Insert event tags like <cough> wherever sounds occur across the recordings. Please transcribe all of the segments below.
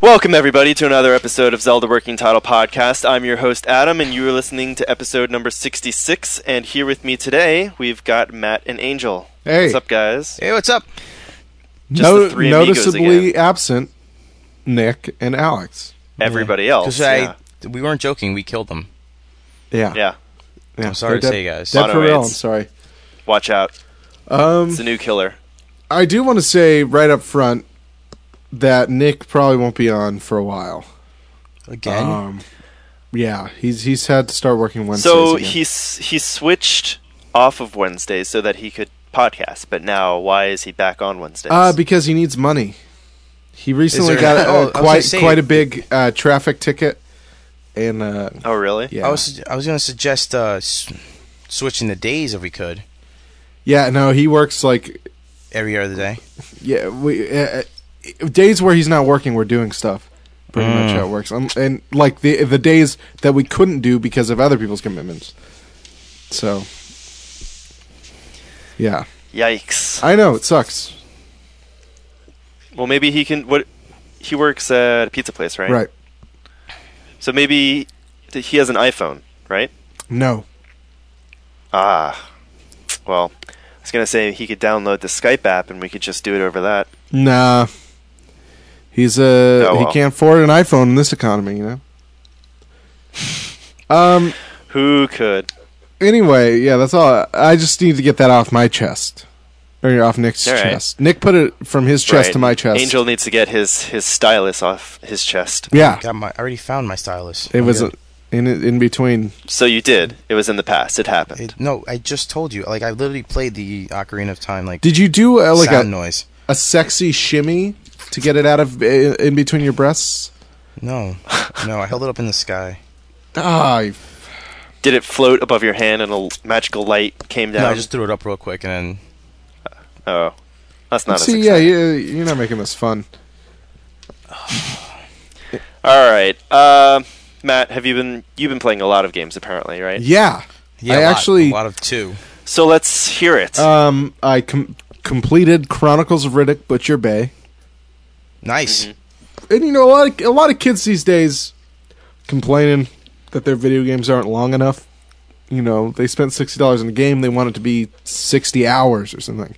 Welcome, everybody, to another episode of Zelda Working Title Podcast. I'm your host, Adam, and you are listening to episode number 66. And here with me today, we've got Matt and Angel. Hey. What's up, guys? Hey, what's up? Just No- the three amigos noticeably again. absent Nick and Alex. Everybody Oh, else. Because I, yeah. we weren't joking. We killed them. Yeah. Yeah. yeah. I'm They're sorry to say, dead- guys. Dead Mono for real. I'm AIDS. sorry. Watch out. Um, It's a new killer. I do want to say right up front that Nick probably won't be on for a while. Again? Um, yeah, he's he's had to start working Wednesdays. So again. he's he switched off of Wednesdays so that he could podcast, but now why is he back on Wednesdays? uh, because he needs money. He recently there- got <laughs> uh, Oh, I was gonna quite say- quite a big uh, traffic ticket, and uh, oh, really? yeah, I was I was gonna suggest uh, s- switching the days if we could yeah. No, he works like every other day. Yeah, we uh, uh, days where he's not working, we're doing stuff. Pretty much Mm. how it works, um, and like the the days that we couldn't do because of other people's commitments. So, yeah, Uh, Yikes. I know it sucks. Well, maybe he can. What? He works at a pizza place, right? Right? So maybe th- he has an iPhone, right? No. Ah. Well, I was gonna say he could download the Skype app and we could just do it over that. Nah. He's a Oh, well. he can't afford an iPhone in this economy, you know. Um. Who could? Anyway, yeah, that's all. I just need to get that off my chest, or off Nick's All right. chest. Nick put it from his chest Right. to my chest. Angel needs to get his his stylus off his chest. Yeah. Got my I already found my stylus. It I'm was good. in in between. So you did. It was in the past. It happened. It- no, I just told you. Like I literally played the Ocarina of Time like, Did you do uh, like sound a, noise. a sexy shimmy to get it out of in, in between your breasts? No, no, I held it up in the sky. <laughs> Ah, you- Did it float above your hand and a l- magical light came down? No, I just threw it up real quick and then Oh, that's not. see, as yeah, exciting. you, you're not making this fun. All right, uh, Matt. Have you been you've been playing a lot of games apparently, right? Yeah, yeah, I a lot, actually a lot of two. So let's hear it. um I com- completed Chronicles of Riddick Butcher Bay, Nice. and you know a lot of, a lot of kids these days complaining that their video games aren't long enough. You know, they spent sixty dollars on a game; they want it to be sixty hours or something.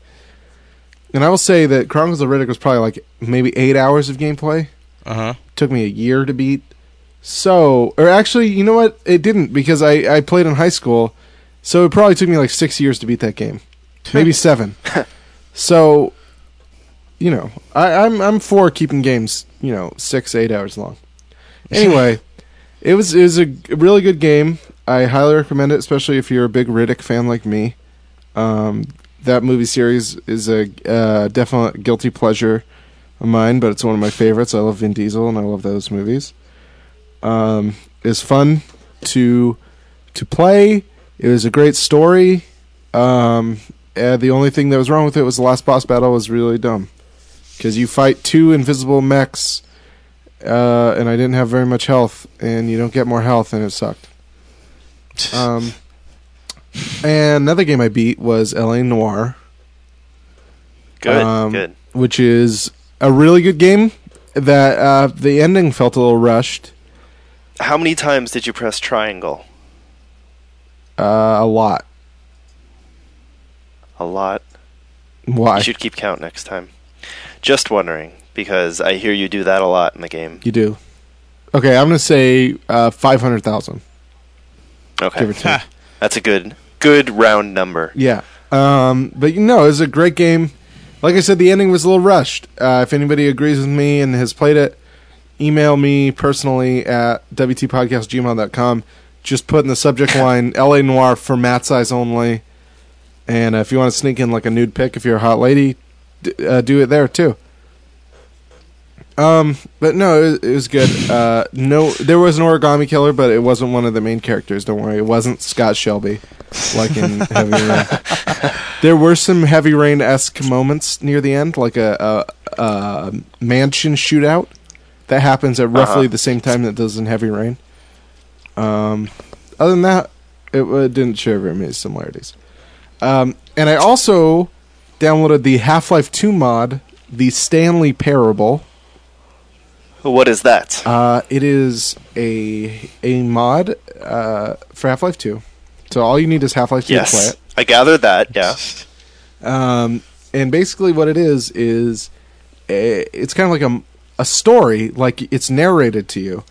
And I will say that Chronicles of Riddick was probably like maybe eight hours of gameplay. Uh huh. took me a year to beat. So, or actually, you know what? It didn't because I, I played in high school, so it probably took me like six years to beat that game, maybe seven. so, you know, I, I'm I'm for keeping games, you know, six eight hours long. Anyway, it was it was a g- really good game. I highly recommend it, especially if you're a big Riddick fan like me. Um, that movie series is a uh, definite guilty pleasure of mine, but it's one of my favorites. I love Vin Diesel and I love those movies. Um, it's fun to to play. It was a great story. Um, and the only thing that was wrong with it was the last boss battle was really dumb because you fight two invisible mechs, uh, and I didn't have very much health, and you don't get more health, and it sucked. Um, and another game I beat was L.A. Noir good, um, good. which is a really good game that uh, the ending felt a little rushed How many times did you press triangle? uh, a lot. A lot. Why? You should keep count next time. Just wondering because I hear you do that a lot in the game. You do. Okay, I'm gonna say uh, five hundred thousand. Give <laughs> Okay, or take. that's a good good round number. yeah. Um, but you know, it was a great game. Like I said, the ending was a little rushed. Uh, if anybody agrees with me and has played it, email me personally at wtpodcastgmail.com. Just put in the subject line "La Noir" for Matt's eyes only. And uh, if you want to sneak in like a nude pic, if you're a hot lady, d- uh, do it there too. Um, but no, it was, it was good. Uh, no, there was an origami killer, but it wasn't one of the main characters. Don't worry, it wasn't Scott Shelby, like in Heavy Rain. There were some Heavy Rain esque moments near the end, like a, a, a mansion shootout that happens at roughly Uh-huh. the same time that does in Heavy Rain. Um, other than that, it, uh didn't share very many similarities. Um, and I also downloaded the Half Life Two mod, the Stanley Parable What is that? Uh, it is a a mod uh, for Half Life Two. So all you need is Half Life Two to play yes, it. I gathered that. Yeah. Um, and basically, what it is is a, it's kind of like a a story, like it's narrated to you.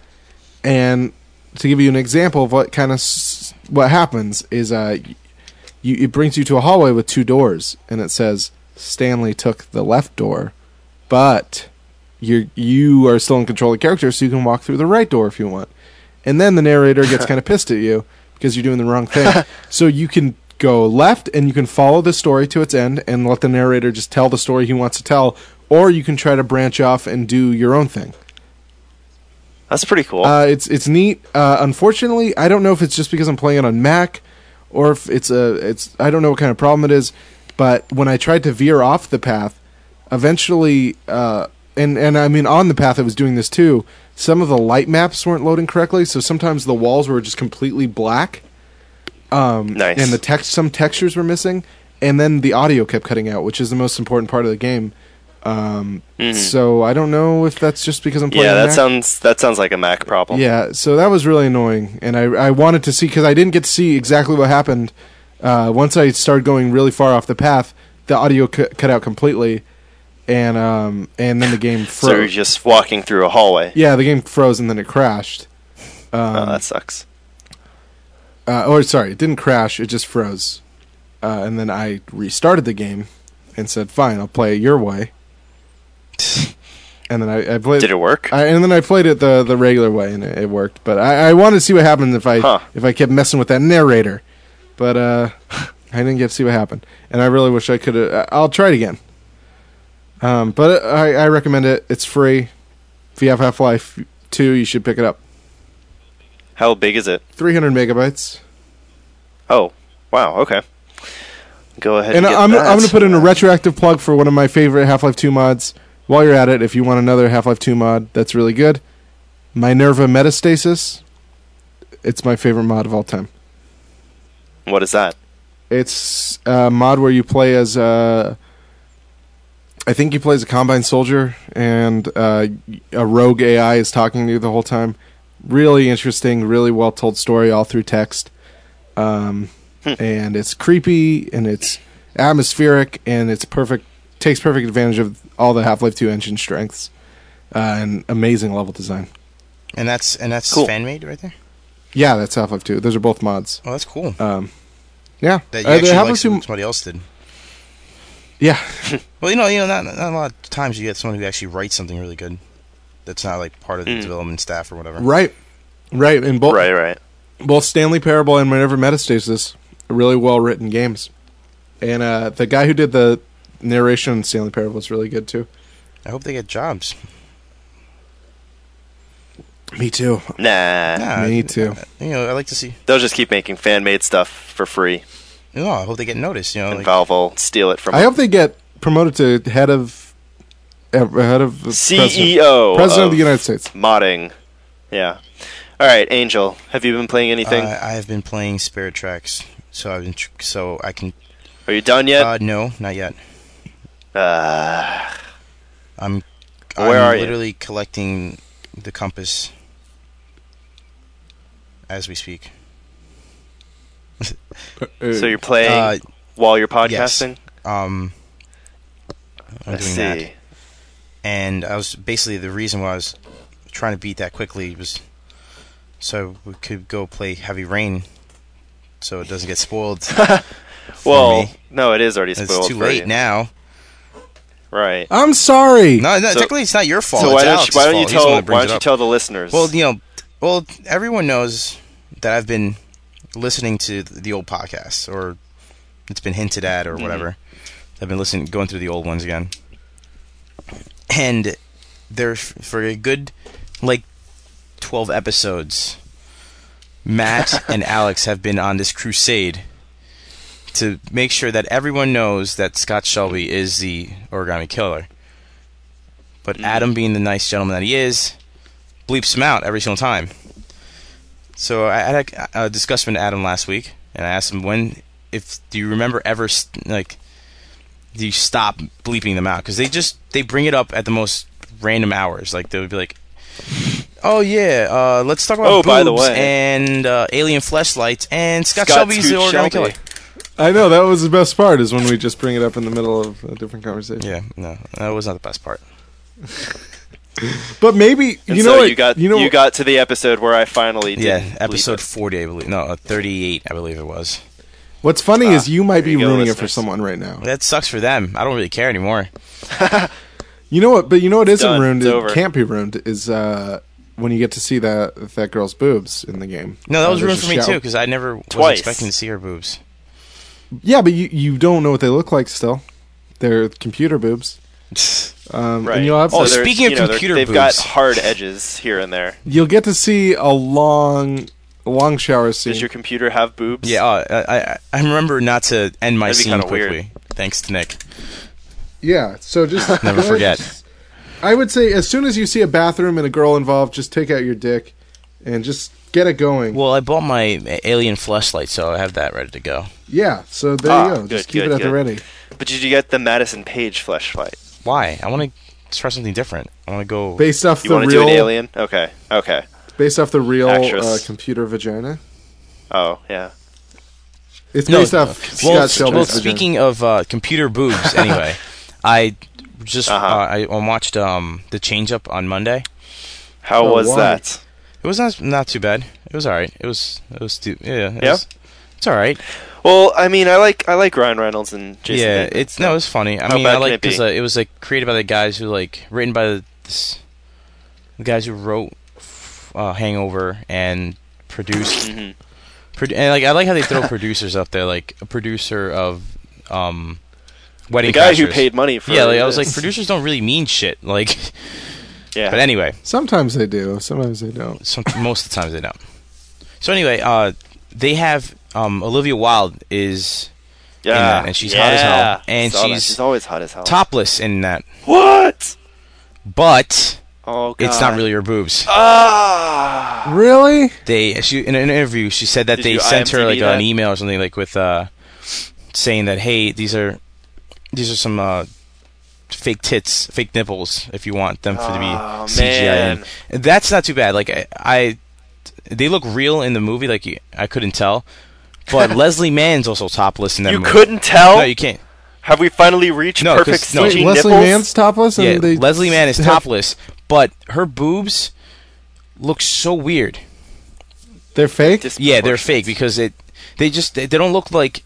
And to give you an example of what kind of s- what happens is, uh, you, it brings you to a hallway with two doors, and it says Stanley took the left door, but you you are still in control of the character, so you can walk through the right door if you want. And then the narrator gets kind of pissed at you because you're doing the wrong thing. so you can go left and you can follow the story to its end and let the narrator just tell the story he wants to tell, or you can try to branch off and do your own thing. That's pretty cool. Uh, it's it's neat. Uh, unfortunately, I don't know if it's just because I'm playing it on Mac, or if it's a it's I don't know what kind of problem it is. But when I tried to veer off the path, eventually, uh, and and I mean on the path, I was doing this too. Some of the light maps weren't loading correctly, so sometimes the walls were just completely black, nice. and the text some textures were missing, and then the audio kept cutting out, which is the most important part of the game. Um, Mhm. So I don't know if that's just because I'm playing. yeah, on that Mac. sounds that sounds like a Mac problem. Yeah, so that was really annoying, and I I wanted to see because I didn't get to see exactly what happened. Uh, once I started going really far off the path, the audio cu- cut out completely, and um and then the game So you're froze. just walking through a hallway. yeah, the game froze and then it crashed. Um, oh, that sucks. uh, or sorry, it didn't crash; it just froze. Uh, and then I restarted the game and said, "Fine, I'll play it your way." And then I, I played. Did it work? I, and then I played it the the regular way, and it, it worked. But I, I wanted to see what happened if I Huh. if I kept messing with that narrator. But uh, <laughs> I didn't get to see what happened, and I really wish I could. have I'll try it again. Um, but I, I recommend it. It's free. If you have Half Life Two, you should pick it up. How big is it? Three hundred megabytes, Oh, wow. Okay. Go ahead. and get I'm that. I'm gonna put in a retroactive plug for one of my favorite Half Life Two mods. While you're at it, if you want another Half Life Two mod, that's really good. Minerva Metastasis. It's my favorite mod of all time. What is that? It's a mod where you play as uh, I think you play as a combine soldier, and uh, a rogue AI is talking to you the whole time. Really interesting, really well told story, all through text. Um, Hmm. and it's creepy, and it's atmospheric, and it's perfect. Takes perfect advantage of all the Half Life Two engine strengths, uh, and amazing level design. And that's and that's Cool. fan made right there. Yeah, that's Half Life Two. Those are both mods. Oh, that's cool. Um, yeah, That you Uh, the actually Half-Life like 2 something somebody else did. Yeah, <laughs> Well, you know, you know, not, not a lot of times you get someone who actually writes something really good. That's not like part of the Mm. development staff or whatever. right, right, and both. right, right. both Stanley Parable and Minerva Metastasis are really well written games. And uh, the guy who did the narration in Stanley Parable is really good too. I hope they get jobs. Me too. Nah. Nah, Me too. You know, I like to see. They'll just keep making fan made stuff for free, No, I hope they get noticed. You know, and like, Valve will steal it from I hope they get promoted to head of eh, head of the E president, CEO. president of the United States. Modding. Yeah. All right, Angel. Have you been playing anything? Uh, I have been playing Spirit Tracks, so I've been tr- so I can. Are you done yet? Uh, no, not yet. Uh, I'm. Where I'm are you? literally collecting the compass as we speak. so you're playing Uh, while you're yes. podcasting. um, I'm I doing see. that, and I was basically the reason why I was trying to beat that quickly was so we could go play Heavy Rain, so it doesn't <laughs> get spoiled. Well, me. no, it is already spoiled. it's too for late you. now. Right. I'm sorry. No, no So- technically it's not your fault. so it's why don't, you, Alex's why don't you fault. He's the one tell that brings why it don't you up. tell the listeners? Well, you know, well, everyone knows that I've been listening to the old podcasts, or it's been hinted at, or whatever. I've been listening, going through the old ones again, and there for a good like twelve episodes. Matt and Alex have been on this crusade to make sure that everyone knows that Scott Shelby is the origami killer. But Mm-hmm. Adam, being the nice gentleman that he is, bleeps him out every single time. So I had a, a discussion with Adam last week, and I asked him when, if do you remember ever s- like, do you stop bleeping them out because they just they bring it up at the most random hours. Like they would be like, Oh yeah, uh, let's talk about Oh, boobs by the way. and uh, alien fleshlights and Scott, Scott Shelby's the Scoot Shelby. Origami Killer. I know that was the best part is when we just bring it up in the middle of a different conversation. Yeah, no, that was not the best part. But maybe And you so know what you got you know you what- got to the episode where I finally did Yeah, episode forty, I believe. No, uh, thirty-eight, I believe it was. what's funny is you Ah, might there be you go, ruining it for listeners. someone right now. That sucks for them. I don't really care anymore. You know what? But you know what isn't done. ruined. It's it over. can't be ruined. Is uh, when you get to see that that girl's boobs in the game. No, that Uh, was there's ruined a for me shout- too because I never was Twice. expecting to see <sighs> her boobs. Yeah, but you you don't know what they look like still. They're computer boobs. Um, Right. And you'll have oh, So to, they're- there's- speaking of you know, they're- computer they've boobs. got hard edges here and there. you'll get to see a long a long shower scene. Does your computer have boobs? Yeah, uh, I, I I remember not to end my That'd be scene kinda weird. quickly. Thanks to Nick. yeah. So just <laughs> Never go ahead. forget. I would say as soon as you see a bathroom and a girl involved, just take out your dick and just get it going. Well, I bought my alien fleshlight, so I have that ready to go. yeah. So there Ah, you go. good, Just keep good, it at the good. ready. But did you get the Madison Page flashlight? Why? I want to try something different. I want to go. Based off You the want to do real an alien? Okay. Okay. based off the real Actress. uh, computer vagina. Oh yeah. It's No, based off well, Scott Shelby's well, vagina. speaking of uh, computer <laughs> boobs, anyway, I just uh Uh-huh. I, I watched um, the change up on Monday. How Oh, was why? that? It was not not too bad. It was all right. It was it was too, yeah. It Yeah? was- it's all right. Well, I mean, I like I like Ryan Reynolds and Jason. yeah, Bateman. it's no, it was funny. I How mean, bad I can like it be? because uh, it was like created by the guys who like written by the, this, the guys who wrote uh, Hangover and produced. Mhm. Pro- and like I like how they throw <laughs> producers up there, like a producer of um, Wedding the guy who Crashers. paid money for. Yeah, like, I was like, this. producers don't really mean shit. Like, <laughs> yeah. but anyway, sometimes they do, sometimes they don't. some, most of the times they don't. So anyway, uh, they have um, Olivia Wilde is yeah, that, and she's hot as hell. Yeah. And Saw that. she's she's always hot as hell. topless in that, What? but Oh God. it's not really her boobs. Uh, Ah. Really? They she in an interview she said that Did they you sent her like IMDb an that? email or something like with uh, saying that hey these are these are some uh, fake tits, fake nipples if you want them for to be Oh, CGI. in. man. And That's not too bad. Like I, I they look real in the movie. Like you- I couldn't tell. But Leslie Mann's also topless in that You movie. couldn't tell. No, you can't. Have we finally reached No, 'cause- perfect no. Wait, staging Leslie nipples? Mann's topless, and Yeah, they Leslie Mann <laughs> is have- topless, but her boobs look so weird. They're fake. Yeah, they're fake because it they just they, they don't look like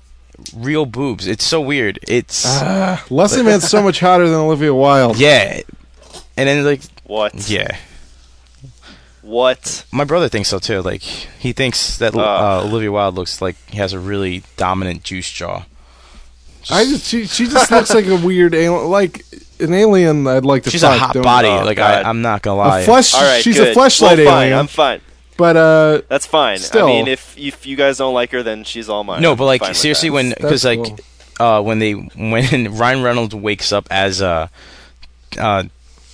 real boobs. It's so weird. It's Ah, Leslie Mann's so much hotter than Olivia Wilde. yeah. And then like What? yeah, What? my brother thinks so too. Like he thinks that uh, Ah. Olivia Wilde looks like he has a really dominant juice jaw. I just she, she just looks like <laughs> a weird alien, like an alien. I'd like to. She's fuck, a hot don't- body. Oh, like God. I, I'm not gonna lie. A flesh. All right, she's good. a fleshlight well, fine, alien. I'm fine. but uh, That's fine. Still. I mean, if if you guys don't like her, then she's all mine. no, but Fine like with seriously, that. when because That's like uh, when they <laughs> when Ryan Reynolds wakes up as uh, uh,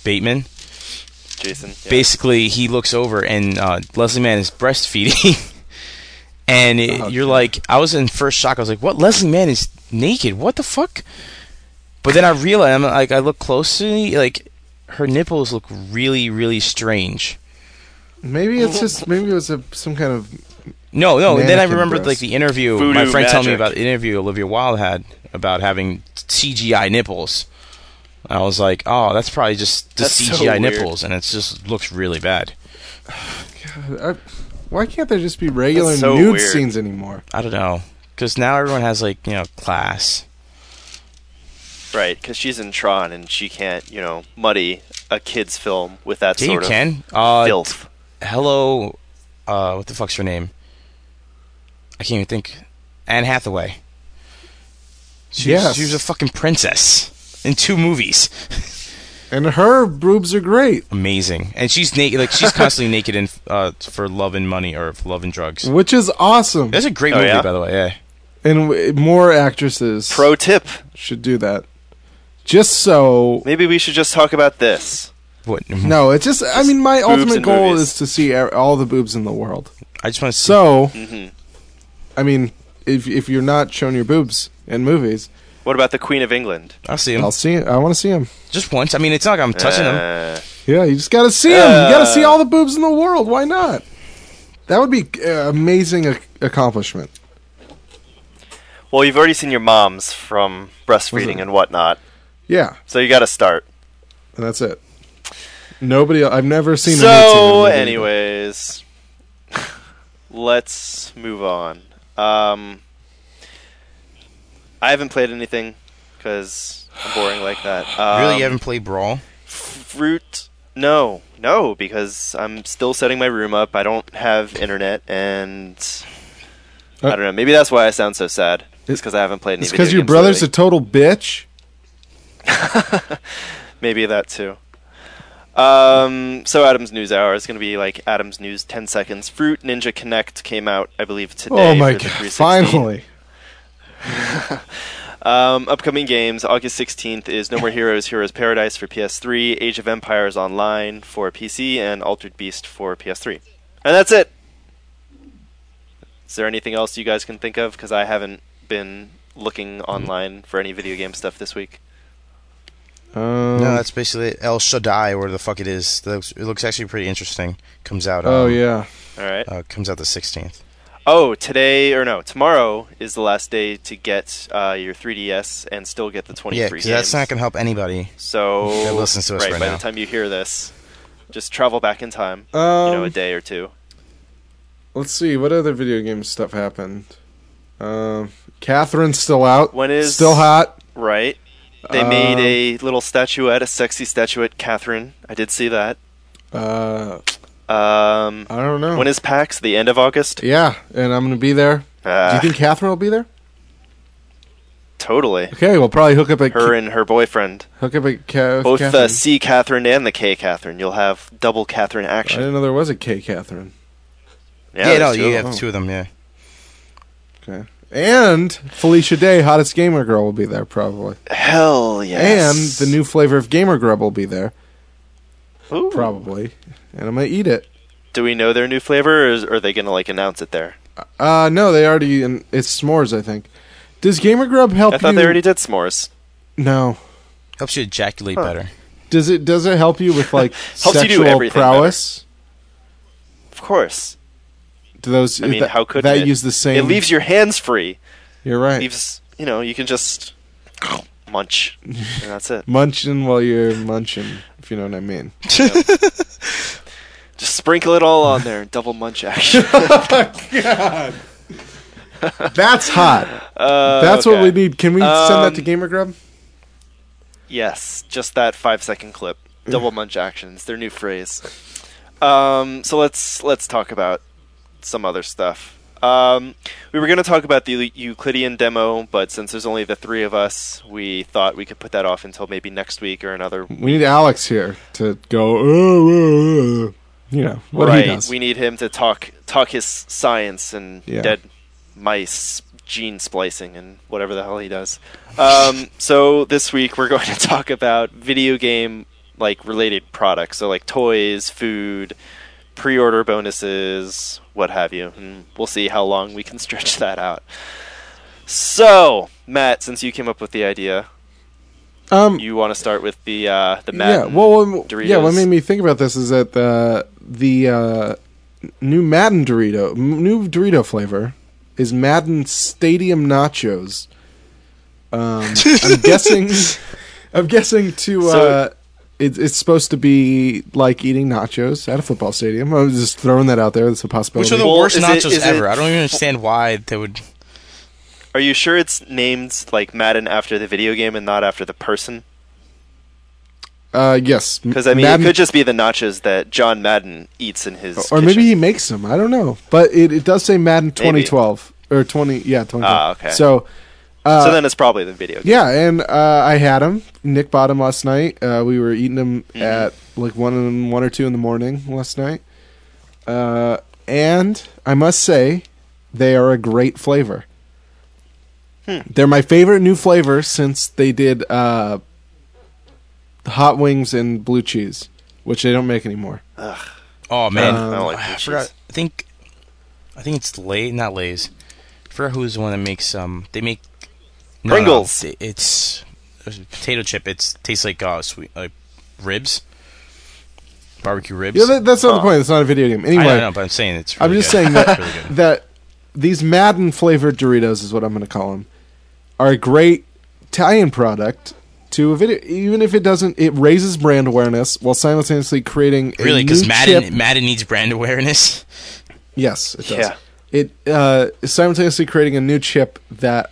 Bateman, Jason, yeah. basically he looks over and uh, Leslie Mann is breastfeeding, <laughs> and it, Oh, you're like, I was in first shock. I was like, what? Leslie Mann is naked? What the fuck? But then I realized, I'm like, I look closely, like her nipples look really, really strange. maybe <laughs> it's just maybe it was a, some kind of No, no. and then I Mannequin remembered like breasts. the interview Voodoo my friend told me magic. about the interview Olivia Wilde had about having CGI nipples. I was like, oh, that's probably just the That's so CGI weird. nipples, and it just looks really bad. I, uh, why can't there just be regular That's so nude weird. scenes anymore? I don't know. Because now everyone has, like, you know, class. right? Because she's in Tron, and she can't, you know, muddy a kids' film with that Yeah, you sort of can. Uh, filth. Hello. Uh, what the fuck's her name? I can't even think. Anne Hathaway. She, Yes. was, she was a fucking princess in two movies. And her boobs are great, Amazing. And she's naked. Like, she's constantly <laughs> naked in, uh, for love and money or for love and drugs. which is awesome. That's a great Oh, movie, yeah? by the way. Yeah. And w- more actresses Pro tip: should do that. Just so Maybe we should just talk about this. What? no, it's just. I mean, my boobs ultimate in goal movies. is to see e- all the boobs in the world. I just want to see. So hmm I mean, if if you're not showing your boobs in movies, What about the Queen of England? I'll see I'll him. see. I want to see them. Just once. I mean, it's not like I'm touching him. Uh, Yeah, you just got to see them. you got to see all the boobs in the world. Why not? That would be uh, amazing ac- accomplishment. Well, you've already seen your moms from breastfeeding and whatnot, Yeah, so you got to start. and that's it. Nobody. I've never seen. a so, nude scene in a movie. anyways, <laughs> let's move on. Um, I haven't played anything because I'm boring like that. Um, really, you haven't played Brawl? fruit? No, no, because I'm still setting my room up. I don't have internet, and I Uh, don't know. Maybe that's why I sound so sad. It's It- because I haven't played any. It's video because your games brother's lately. a total bitch. Maybe that too. Um, so Adam's News Hour is going to be like Adam's News 10 seconds. Fruit Ninja Connect came out, I believe, today. oh my for the god! 360. Finally, Um, upcoming games August 16th is No More <coughs> Heroes Heroes Paradise for PS3, Age of Empires Online for PC, and Altered Beast for PS3. And that's it! Is there anything else you guys can think of? Because I haven't been looking online for any video game stuff this week. um, no, that's basically it. El Shaddai, where the fuck it is. That looks, it looks actually pretty interesting. Comes out. oh um, yeah. Alright. Uh, comes out the 16th. Oh, today or no, tomorrow is the last day to get uh, your 3DS and still get the 23 Yeah, 'cause games. that's not going to help anybody. so that listens to us right by now. the time you hear this, just travel back in time, you Um, know, a day or two. let's see what other video game stuff happened. Um, Catherine's still out. When is- still hot? Right? They Um, made a little statuette, a sexy statuette, Catherine. I did see that. Uh, Um, I don't know. when is PAX? The end of August? yeah, and I'm gonna be there. Do Ah, you think Catherine will be there? totally. Okay, we'll probably hook up at Her and her boyfriend, hook up at Ca- with both Catherine. the C Catherine and the K Catherine. You'll have double Catherine I action. didn't know there was a K Catherine. Yeah, no, there's two you of have them. two of them, yeah. Okay. And Felicia Day, hottest gamer girl, will be there probably. them. Hell yes. And the new flavor of Gamer Grub will be there new Ooh. probably. And I'm gonna eat it. Do we know their new flavor, or is, are they going to like announce it there? Uh, no, they already. And it's s'mores, I think. Does Gamer Grub help I thought you? they already did s'mores. No. Helps you ejaculate better. Does it? Does it help you <laughs> with like Helps you do sexual everything prowess? Of course. Do those? I mean, that, how could that it? use the same? It leaves your hands free. You're right. Leaves you know you can just munch, and that's it. munching while you're munching, if you know what I mean. <laughs> Just sprinkle it all on there. Double munch action. That's hot. Uh, <laughs> That's okay. what we need. Can we send that to Um, Gamer Grub? Yes, just that five second clip. Mm. Double munch actions. Their new phrase. Um, so let's let's talk about some other stuff. Um, we were going to talk about the Euclidean demo, but since there's only the three of us, we thought we could put that off until maybe next week or another. We need Alex here to go. "Oh, uh, uh," you know what right. he does. We need him to talk talk his science and Yeah. dead mice gene splicing and whatever the hell he does. Um, so this week we're <laughs> going to talk about video game like related products, so like toys, food, pre-order bonuses, what have you. And we'll see how long we can <laughs> stretch that out. So, Matt, since you came up with the idea, um, you want to start with the uh, the yeah. Madden Well, um, yeah. What Doritos. made me think about this is that the the uh, new Madden Dorito, m- new Dorito flavor, is Madden Stadium Nachos. <laughs> Um, I'm guessing. I'm guessing to. Uh, it, it's supposed to be like eating nachos at a football stadium. I'm just throwing that out there. That's a possibility. Which are the Well, worst is it- nachos is it- ever. I don't even understand why they would. Are you sure it's named like Madden after the video game and not after the person? Uh, yes, Because I mean, Madden- it could just be the nachos that John Madden eats in his. or maybe kitchen. he makes them. I don't know, but it, it does say Madden Maybe. 2012 or 20. Yeah, 2012. Ah, okay. So, uh, so then it's probably the video. game. yeah, and uh, I had them. Nick bought them last night. Uh, we were eating them Mm-hmm. at like one and one or two in the morning last night. Uh, and I must say, they are a great flavor. Hmm. They're my favorite new flavor since they did uh, hot wings and blue cheese, which they don't make anymore. Oh man, I don't like blue I cheese. forgot. I think, I think it's Lay, not Lay's. I forgot who's the one that makes um. They make no, no, Pringles. it- it's, it's a potato chip. It's tastes like uh, sweet like ribs. barbecue ribs. Yeah, that, that's not the Oh. point. It's not a video game. Anyway, I don't know, but I'm saying it's. I'm Really just good. saying that- It's really good. that these Madden flavored Doritos is what I'm going to call them are a great tie-in product to a video, even if it doesn't. It raises brand awareness while simultaneously creating <laughs> a Really, because because Madden Madden needs brand awareness. <laughs> Yes, it does. Yeah. It uh, is simultaneously creating a new chip that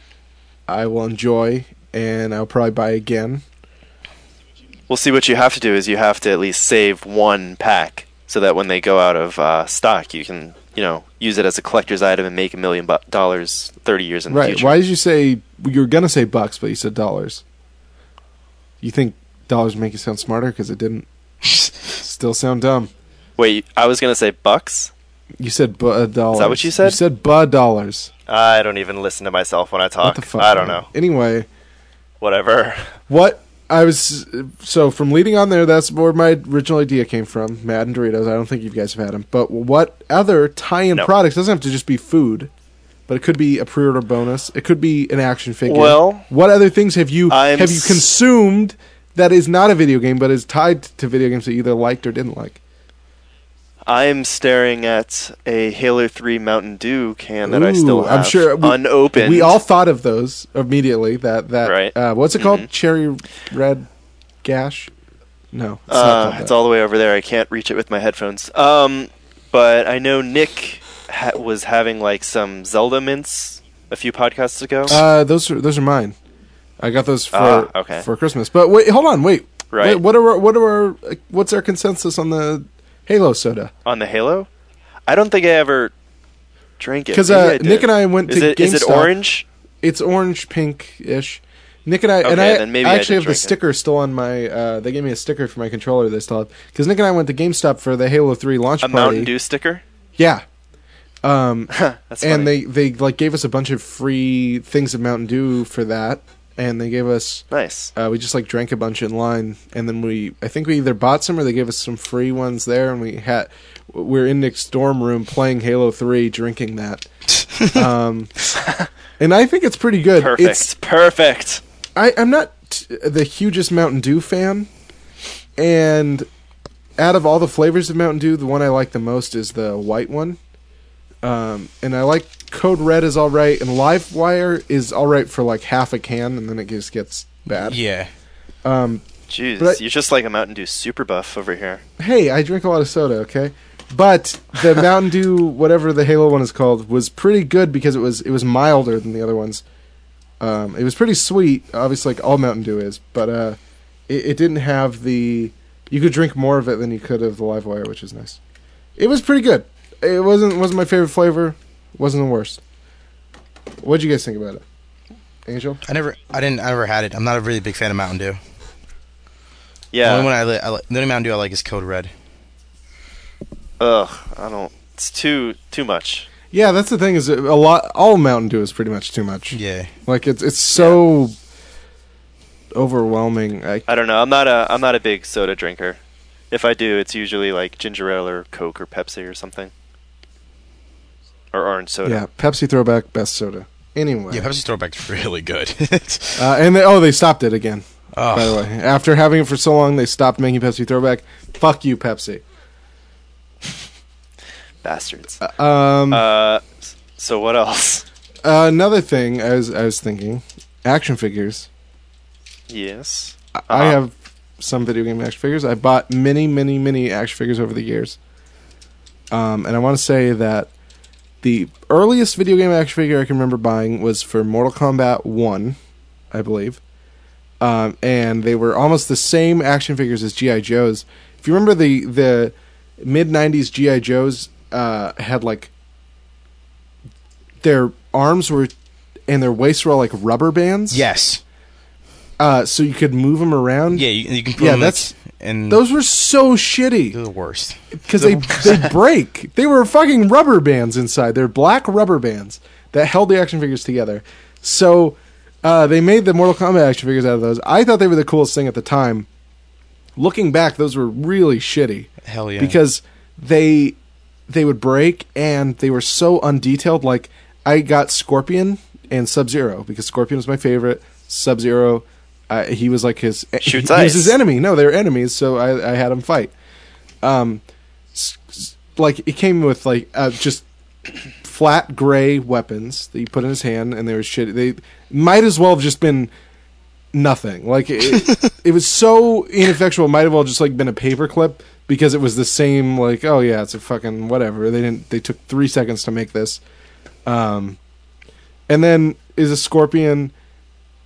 I will enjoy and I'll probably buy again. Well, see, what you have to do is you have to at least save one pack so that when they go out of uh, stock, you can, you know, use it as a collector's item and make a million bu- dollars 30 years in the Right? future. Why did you say you were going to say bucks, but you said dollars? You think dollars make you sound smarter because it didn't. Still sound dumb. Wait, I was going to say bucks. You said bu- uh, dollars. that what you said? You said bu dollars. I don't even listen to myself when I talk. What the fuck? I don't man? know. Anyway, Whatever. <laughs> what I was so from leading on there, that's where my original idea came from. Madden Doritos. I don't think you guys have had them, but what other tie-in No. products doesn't have to just be food, but it could be a pre-order bonus. It could be an action figure. Well, what other things have you I'm have you s- consumed that is not a video game, but is tied to video games that you either liked or didn't like? I'm staring at a Halo 3 Mountain Dew can that I still Ooh, have I'm sure we- unopened. We all thought of those immediately. That that Right. uh, what's it called? Mhm. Cherry red gash? No, it's not Uh, called it's that. all the way over there. I can't reach it with my headphones. Um, but I know Nick ha- was having like some Zelda mints a few podcasts ago. Uh, those are those are mine. I got those for Ah, okay. for Christmas. But wait, hold on, wait. Right. Wait, what are our, what are our, what's our consensus on the Halo soda? on the Halo. I don't think I ever drank it. Because Maybe I uh, did. Nick and I went is to it is it GameStop. orange? It's orange pink ish. Nick and I and Okay, I, then maybe I I actually did have the drink it. sticker still on my. Uh, they gave me a sticker for my controller. They still have because Nick and I went to GameStop for the Halo Three launch A party. Mountain Dew sticker. Yeah. Um, That's funny. and they they like gave us a bunch of free things of Mountain Dew for that, and they gave us nice. uh, we just like drank a bunch in line, and then we I think we either bought some or they gave us some free ones there, and we had we are in Nick's dorm room playing Halo Three, drinking that. um, and I think it's pretty good. Perfect. It's Perfect. I, I'm not t- the hugest Mountain Dew fan, and out of all the flavors of Mountain Dew, the one I like the most is the white one. Um, and I like Code Red is all right, and Live Wire is all right for like half a can, and then it just gets bad. Yeah, Um, Jeez, But I- you're just like a Mountain Dew super buff over here. hey, I drink a lot of soda, okay? But <laughs> the Mountain Dew, whatever the Halo one is called, was pretty good because it was it was milder than the other ones. Um, it was pretty sweet, obviously, like all Mountain Dew is, but uh, it, it didn't have the. You could drink more of it than you could of the live wire, which is nice. It was pretty good. It wasn't wasn't my favorite flavor. wasn't the worst. What'd you guys think about it, Angel? I never, I didn't, I never had it. I'm not a really big fan of Mountain Dew. The only Yeah. one I, li- I li- the only Mountain Dew I like is Code Red. Ugh. I don't. It's too too much. Yeah, that's the thing is a lot. All Mountain Dew is pretty much too much. Yeah, Like it's it's so overwhelming. I, I don't know. I'm not a I'm not a big soda drinker. If I do, it's usually like ginger ale or Coke or Pepsi or something, or orange soda. yeah, Pepsi throwback best soda. Anyway, yeah, Pepsi throwback's really good. <laughs> uh, and they, oh, they stopped it again. oh, By the way, after having it for so long, they stopped making Pepsi throwback. Fuck you, Pepsi. Bastards. Um, Uh, s- so what else? <laughs> another thing I was I was thinking, action figures. Yes. I Uh-huh. have some video game action figures. I bought many, many, many action figures over the years. Um, and I want to say that the earliest video game action figure I can remember buying was for Mortal Kombat 1, I believe. Um, and they were almost the same action figures as G.I. Joe's. If you remember the, the mid 90s G.I. Joe's uh, had like their arms were and their waists were all like rubber bands. yes, Uh, so you could move them around. yeah, you, you can put Yeah, them, like, that's- and Those were so shitty they're the worst. because they they break. They were fucking rubber bands inside. They're black rubber bands that held the action figures together. So uh, they made the Mortal Kombat action figures out of those. I thought they were the coolest thing at the time. Looking back, those were really shitty Hell yeah, because they they would break and they were so undetailed. Like I got Scorpion and Sub Zero because Scorpion was my favorite. Sub Zero, uh, he was like his Shoots he, was ice. his enemy. No, they were enemies, so I, I had him fight. um, s- s- like it came with like uh, just flat gray weapons that you put in his hand, and they were shit. They might as well have just been nothing. Like it, <laughs> it was so ineffectual. It might have well just like been a paperclip because it was the same. Like oh yeah, it's a fucking whatever. They didn't. They took three seconds to make this. Um, and then is a scorpion.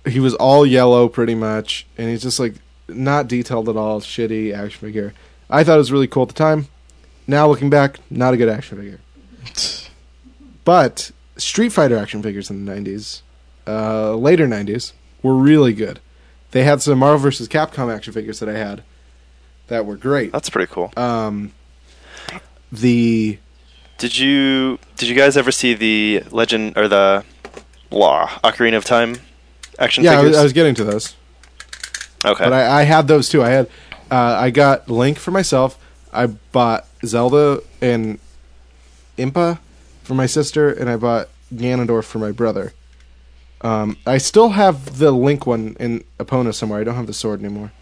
He was all yellow pretty much, and he's just like not detailed at all. Shitty action figure. I thought it was really cool at the time. Now looking back, not a good action figure. But Street Fighter action figures in the '90s, uh, later '90s, were really good. They had some Marvel vs. Capcom action figures that I had that were great. That's pretty cool. Um, the Did you did you guys ever see the Legend or the Law Ocarina of Time action yeah, I was, figures? I was getting to those. okay. But I, I had those too. I had uh, I got Link for myself. I bought Zelda and Impa for my sister, and I bought Ganondorf for my brother. Um, I still have the Link one in Epona somewhere. I don't have the sword anymore.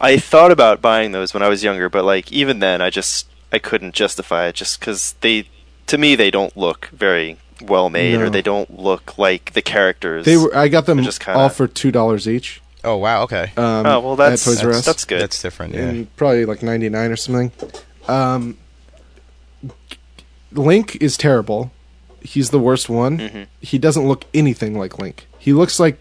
I thought about buying those when I was younger, but like even then, I just I couldn't justify it just because they to me they don't look very well made No. or they don't look like the characters. They were I got them They're just kinda- all for two dollars each. Oh wow. Okay. Um, oh well, that's at Toys R that's, Us. that's good. That's different. Yeah. in probably like 99 or something. Um, Link is terrible. He's the worst one. Mhm. He doesn't look anything like Link. He looks like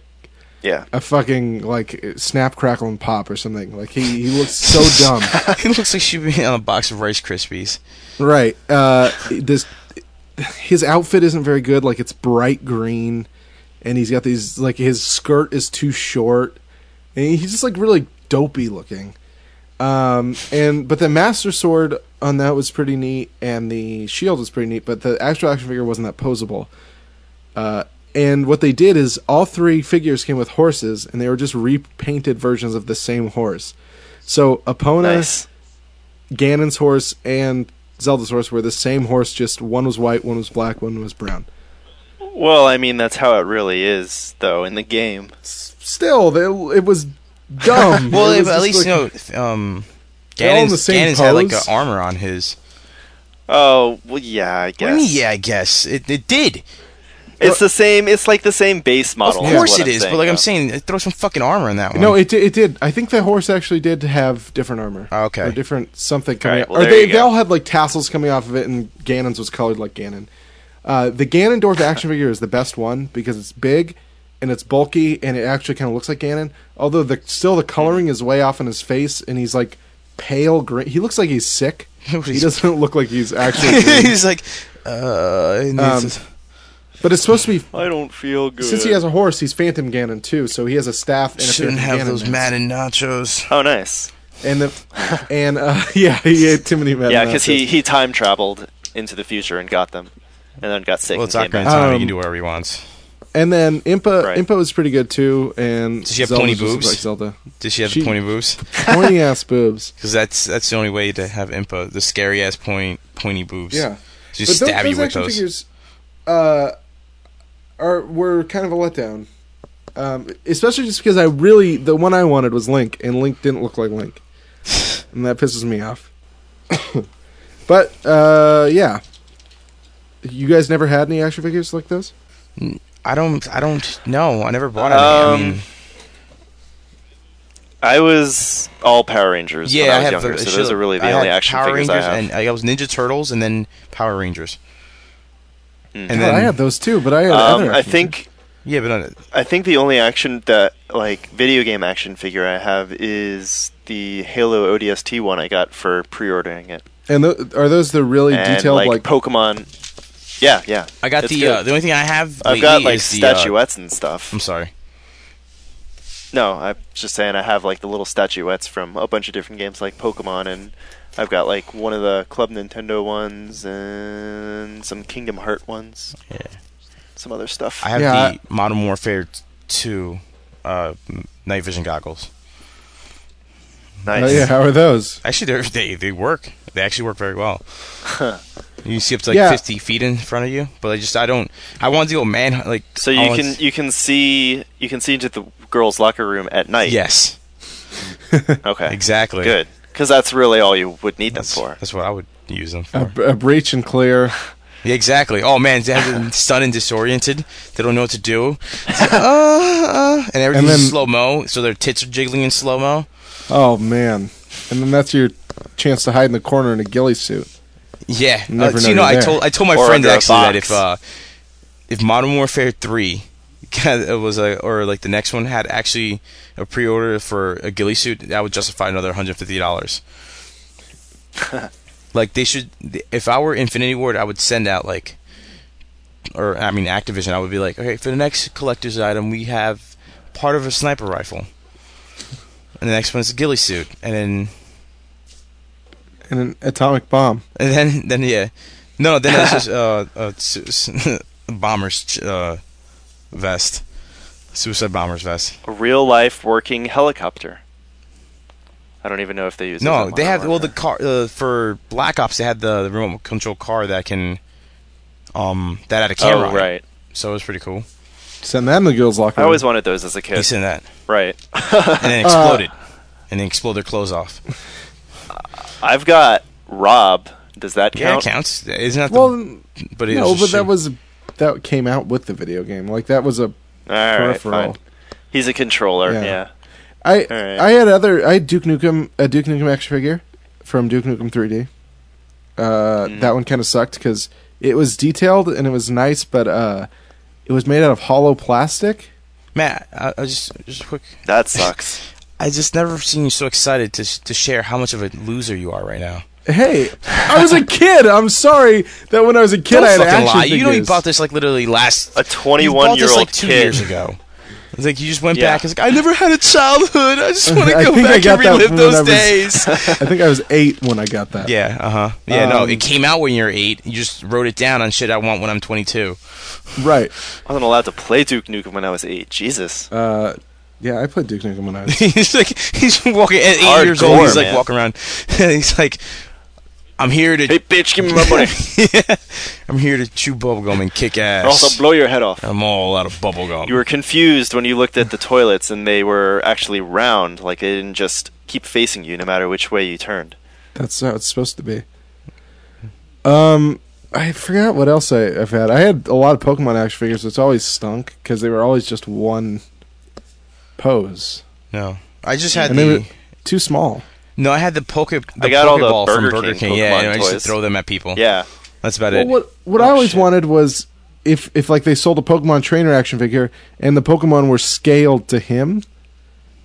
yeah, a fucking like snap crackle and pop or something. Like he, he looks <laughs> so dumb. it looks like she'd be on a box of Rice Krispies. Right. Uh, this his outfit isn't very good. Like it's bright green, and he's got these like his skirt is too short, and he's just like really dopey looking. Um, and but the master sword on that was pretty neat, and the shield was pretty neat, but the actual action figure wasn't that posable. Uh, and what they did is all three figures came with horses, and they were just repainted versions of the same horse. So Epona, nice. Ganon's horse and Zelda's horse were the same horse, just one was white, one was black, one was brown. Well, I mean that's how it really is though in the game. S- Still, they, it was dumb. <laughs> Well, It was at just least like- you know, um, They're all in Ganon's, the same Ganon's had like pose. an armor on his. Oh well, yeah, I What do you guess. mean, yeah, I guess it, it did. it's the same. It's like the same base model. of course what it I'm is, saying, but like I'm though. saying, uh, throw some fucking armor on that one. No, it di- it did. I think the horse actually did have different armor. Oh, okay. Or different something coming. Alright, out. well, or there they, you go. they all had like tassels coming off of it, and Ganon's was colored like Ganon. Uh, the <laughs> Ganondorf action figure is the best one because it's big and it's bulky and it actually kind of looks like Ganon. Although the still the coloring is way off in his face and he's like pale green. He looks like he's <laughs> sick. he He's- doesn't look like he's <laughs> actually. green. he's like, uh, it needs Um, to- but it's supposed to be I don't feel good. since he has a horse, he's Phantom Ganon too. So he has a staff. And a shouldn't Phantom have Ganon those mask. Madden nachos. oh nice. And the <laughs> and uh, yeah, he ate too many Yeah, Madden because he, nachos. he time traveled into the future and got them, and then got sick. Well, and it's Ocarina came of back. Time. he Um, can do whatever he wants. And then Impa Right. Impa was pretty good too. And Does she have Zelda pointy just looks boobs? Like Zelda, Does she have she- the pointy boobs? pointy ass boobs. Because that's that's the only way to have Impa, the scary ass point pointy boobs. Yeah, just tho- stab you with action those. figures uh, are were kind of a letdown. Um, especially just because I really the one I wanted was Link, and Link didn't look like Link, and that pisses me off. <coughs> but uh, yeah, you guys never had any action figures like those. I don't, I don't know. I never bought any. Um, I mean, I was all Power Rangers yeah, when I I was have younger, the, so those shit, are really the I only had action Power figures Rangers I have. and I was Ninja Turtles and then Power Rangers. Mm. And God, then I had those too, but I had um, other. I action think yeah, but uh, I think the only action that like video game action figure I have is the Halo ODST one I got for pre-ordering it, figures. and th- are those the really and detailed like, like Pokemon. Yeah, yeah. I got It's the good. uh, the only thing I have. I've lately got like is the, uh, statuettes and stuff. I'm sorry. No, I'm just saying I have like the little statuettes from a bunch of different games like Pokemon and I've got like one of the Club Nintendo ones and some Kingdom Heart ones. Yeah. Some other stuff. I have Yeah, the Modern Warfare 2 uh, m- night vision goggles. Oh, nice. <laughs> yeah, how are those? Actually, they're, they they work. They actually work very well. you see up to like Yeah. 50 feet in front of you, but I just I don't. I wanted to go man like. So I you wanted- can you can see you can see into the girls' locker room at night. Yes, Okay. exactly. Good. because that's really all you would need them That's, for. that's what I would use them for. Ab- Abrach and Claire. Yeah, exactly. Oh man, they <laughs> have been stunned and disoriented. They don't know what to do. It's like, uh, uh, and everything's then- slow mo, so their tits are jiggling in slow mo. Oh man! And then that's your chance to hide in the corner in a ghillie suit. Yeah. You never Uh, so, know you know, you're I there. told I told my Or friend under a actually box. that if uh, if Modern Warfare three <laughs> it was a, or like the next one had actually a pre-order for a ghillie suit, that would justify another hundred fifty <laughs> dollars. like they should. If I were Infinity Ward, I would send out like, or I mean Activision, I would be like, okay, for the next collector's item, we have part of a sniper rifle. And the next one is a ghillie suit, and then And an atomic bomb. and then, then yeah, no, then <laughs> that's just uh, uh su- su- <laughs> bomber's uh, vest, suicide bomber's vest. A real life working helicopter. I don't even know if they use. those No, in they Modern have well the Warfare. car uh, for Black Ops. They had the, the remote control car that can, um, that had a camera. Oh on it. right, So it was pretty cool. Send that in the girls' locker I room. always wanted those as a You kid. <laughs> seen that? Right. And Uh, then exploded, and then explode their clothes off. I've got Rob. Does that Yeah, it count? counts. Isn't that the? well, but it no, was but just that shoe. was that came out with the video game. Like that was a All right, peripheral. fine. He's a controller. Yeah. Yeah. I Alright. I had other I had Duke Nukem a Duke Nukem action figure from Duke Nukem 3D. Uh, Mm. That one kind of sucked because it was detailed and it was nice, but uh, it was made out of hollow plastic. Matt. I, I just just quick. That <laughs> sucks. I just never seen you so excited to to share how much of a loser you are right now. Hey, I <laughs> was a kid. I'm sorry that when I was a kid Don't I had fucking action lie. figures. You know you bought this like literally last. A you bought this, 21-year-old like two kid. years ago. It's like you just went Yeah. back. It's like I never had a childhood. I just want I to go think I back got and that relive when those I was- <laughs> days. <laughs> I think I was eight when I got that. yeah. Uh huh. Yeah. no, Um, it came out when you're eight. You just wrote it down on shit I want when I'm 22. Right. I wasn't allowed to play Duke Nukem when I was eight. Jesus. Uh, yeah, I played Duke Nukem when I was. <laughs> he's like he's walking at eight Hardcore, years old. He's like man. walking around. <laughs> he's like, I'm here to. Hey, <laughs> bitch, give me my money. I'm here to chew bubblegum and kick ass. or also blow your head off. I'm all out of bubblegum. You were confused when you looked at the <laughs> toilets and they were actually round, like they didn't just keep facing you no matter which way you turned. That's how it's supposed to be. Um, I forgot what else I, I've had. I had a lot of Pokemon action figures. It's always stunk because they were always just one pose, no, I just had and the. they were too small. No, I had the poke. The I got all the Pokeball Burger from Burger King. King yeah, Pokemon and I used to toys. throw them at people. Yeah. that's about Well, it. what what Oh, I always shit. wanted was if if like they sold a Pokemon trainer action figure and the Pokemon were scaled to him,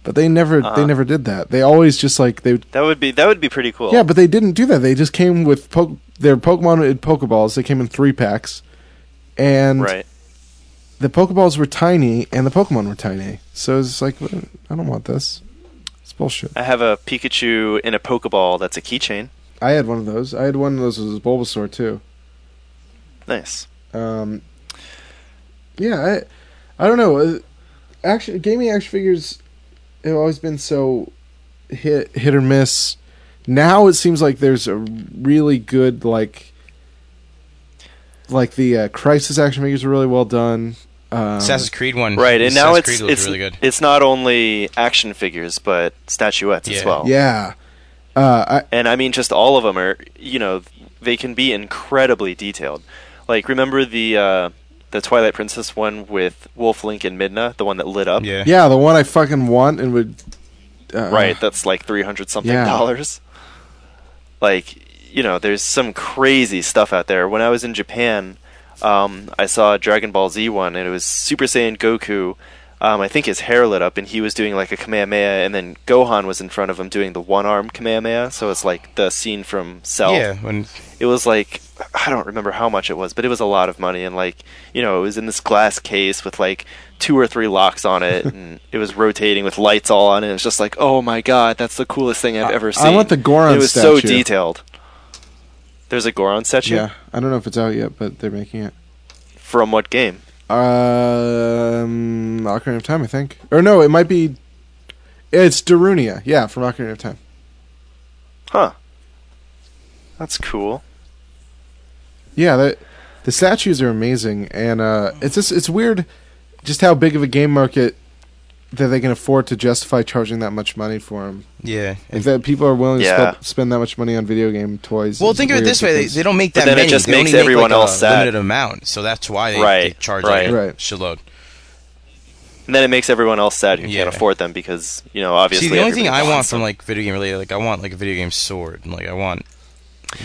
but they never they Uh-huh. never did that. They always just like they That would be that would be pretty cool. Yeah, but they didn't do that. They just came with po- their Pokemon in Pokeballs. They came in three packs, and Right. the Pokeballs were tiny, and the Pokemon were tiny. So it's like, I don't want this. It's bullshit. I have a Pikachu in a Pokeball that's a keychain. I had one of those. I had one of those with Bulbasaur too. Nice. Um, yeah, I, I don't know. Uh, Action gaming action figures have always been so hit hit or miss. Now it seems like there's a really good like like the uh, crisis action figures are really well done. Um, Assassin's Creed one. Right, and now Assassin's it's Creed looked it's really good. it's not only action figures but statuettes Yeah. as well. yeah, uh, I, and I mean just all of them are you know they can be incredibly detailed. Like remember the uh, the Twilight Princess one with Wolf Link and Midna, the one that lit up. Yeah. yeah, the one I fucking want and would. Uh, Right, that's like three hundred something Yeah. dollars. Like you know, there's some crazy stuff out there. When I was in Japan, um, I saw a Dragon Ball Z one, and it was Super Saiyan Goku. Um, I think his hair lit up, and he was doing like a Kamehameha, and then Gohan was in front of him doing the one arm Kamehameha. So it's like the scene from Cell. Yeah, when it was like I don't remember how much it was, but it was a lot of money and like, you know, it was in this glass case with like two or three locks on <laughs> it and it was rotating with lights all on it. It was just like, "Oh my god, that's the coolest thing I've I- I ever seen." want the Goron It was so statue. detailed. There's a Goron statue Yeah, I don't know if it's out yet, but they're making it. from what game? Um, Ocarina of Time, I think. Or no, it might be. It's Darunia, yeah, from Ocarina of Time. Huh. That's cool. Yeah, that, the statues are amazing, and uh, it's just it's weird, just how big of a game market that they can afford to justify charging that much money for them. Yeah. Like that people are willing Yeah. to sp- spend that much money on video game toys. Well, is think of it weird this way: they, because- they don't make But that then it many. just they only makes make, like, everyone a else sad. limited amount, so that's why they, Right, they charge right. like a Right. shitload. And then it makes everyone else sad who Yeah. can't afford them because you know obviously. See, the only thing everybody I want wants from them. like video game related, like I want like a video game sword, and like I want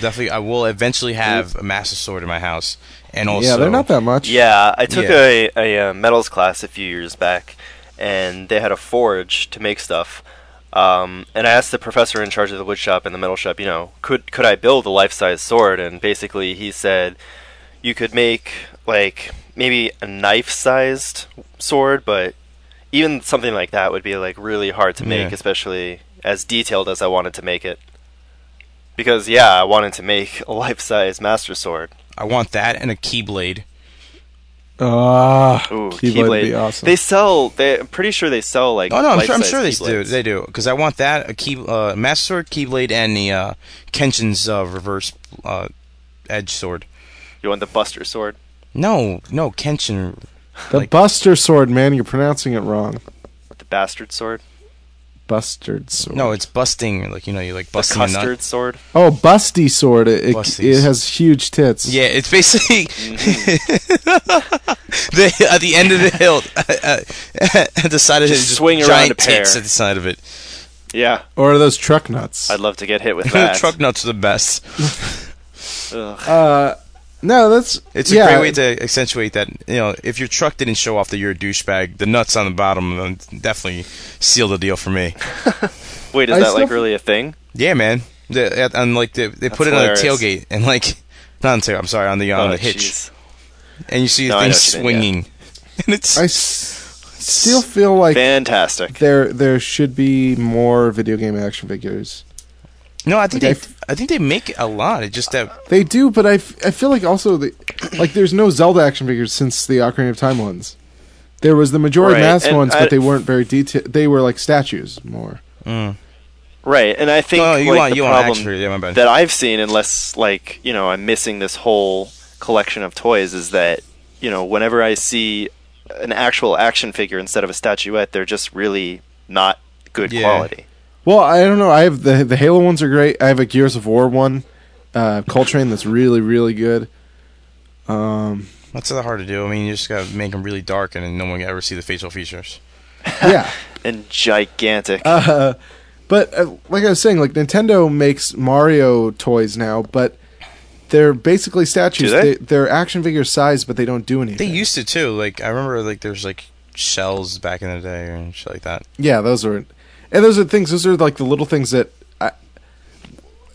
definitely I will eventually have a master sword in my house, and also yeah, they're not that much. Yeah, I took Yeah. a, a uh, metals class a few years back, and they had a forge to make stuff. Um, and I asked the professor in charge of the wood shop and the metal shop, you know, could could I build a life size sword? And basically, he said you could make like maybe a knife sized sword, but even something like that would be like really hard to make, Yeah. especially as detailed as I wanted to make it. Because yeah, I wanted to make a <laughs> life size master sword. I want that and a keyblade. Ah, Ooh, Keyblade would be awesome. They sell. They, I'm pretty sure they sell like. Oh no, I'm sure, I'm life-size sure they do. Keyblades. They do because I want that a key uh, master sword, keyblade, and the uh, Kenshin's uh, reverse uh, edge sword. You want the Buster sword? No, no, Kenshin. the like- Buster Sword, man, you're pronouncing it wrong. The bastard sword? Bustard Sword. No, it's busting. Like you know, you like The busting a nut. custard sword? Oh, Busty Sword. It, it, Busty it Sword. has huge tits. Yeah, it's basically <laughs> Mm-hmm. the, at the end of the hill, <laughs> at the side of Just it, just swing around giant a pear. tits at the side of it. <laughs> Yeah, Or those truck nuts. I'd love to get hit <laughs> with that. Truck nuts are the best. Ugh. Uh, no, that's It's yeah, a great way to accentuate that. You know, if your truck didn't show off that you're a douchebag, the nuts on the bottom um, definitely seal the deal for me. Wait, is that I like still- really a thing? Yeah, man. The, at, and like the, they put That's it on hilarious. the tailgate and like <laughs> not on the tailgate. I'm sorry, on the on Oh, the hitch, jeez. and you see the No, I thing know what you mean, swinging, <laughs> and it's I s- still feel like Fantastic. there there should be more video game action figures. no. I think Like, I they I think they make a lot. It just that They do, but I, f- I feel like also the, like there's no Zelda action figures since the Ocarina of Time ones. There was the Majora's Right, Mask and ones, I- but they weren't very detailed. They were like statues more. Right, and I think no, you like, want the you want problem action. figure, Yeah, my bad. that I've seen, unless like you know I'm missing this whole collection of toys, is that you know whenever I see an actual action figure instead of a statuette, they're just really not good Yeah. quality. Well, I don't know. I have the the Halo ones are great. I have a Gears of War one, uh, Coltrane that's really really good. <laughs> Um, That's not hard to do. I mean, you just gotta make them really dark, and then no one can ever see the facial features. yeah. and gigantic. Uh, but uh, like I was saying, like Nintendo makes Mario toys now, but they're basically statues. they? They, are action figure size, but they don't do They anything. used to too. Like I remember, like there's like shells back in the day and shit like that. yeah, those are, and those are things. Those are like the little things that, I,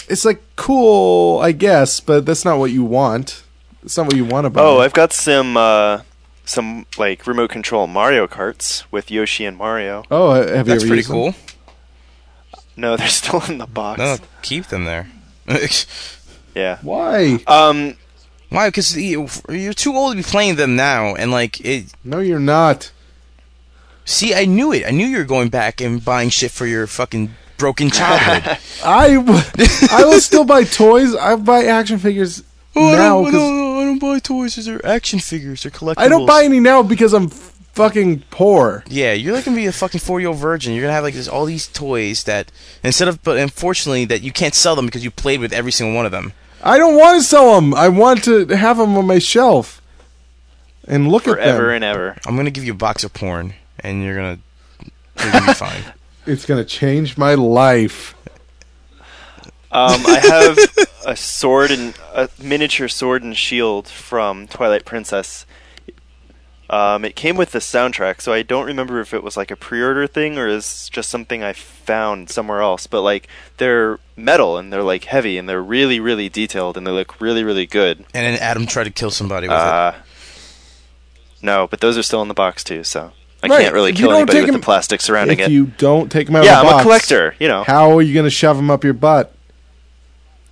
it's like cool, I guess, but that's not what you want. It's not what you want about. oh, it. I've got some uh, some like remote control Mario carts with Yoshi and Mario. oh, have you That's ever pretty used them? cool. No, <laughs> they're still in the box. No, keep them there. <laughs> Yeah. Why? Um. Why? Because you're too old to be playing them now, and like it. No, you're not. See, I knew it. I knew you were going back and buying shit for your fucking broken <laughs> childhood. I, w- I will still buy toys. I buy action figures now Oh, I, don't, 'cause- I don't buy toys. These are action figures. They're collectibles. I don't buy any now because I'm f- fucking poor. Yeah, you're like gonna be a fucking four year old virgin. You're gonna have like this, all these toys that instead of, but unfortunately, that you can't sell them because you played with every single one of them. I don't want to sell them. I want to have them on my shelf and look Forever at them. and ever. I'm gonna give you a box of porn, and you're gonna, you're <laughs> gonna be fine. It's gonna change my life. Um. I have a sword and a miniature sword and shield from Twilight Princess. Um, it came with the soundtrack, so I don't remember if it was like a pre-order thing or is just something I found somewhere else. But like, they're metal and they're like heavy and they're really, really detailed and they look really, really good. And then Adam tried to kill somebody with Uh, no, but those are still in the box too, so I Right, can't really you kill don't anybody take with the them- plastic surrounding If it. you don't take them out yeah, of I'm the box, a collector. You know, How are you gonna shove them up your butt?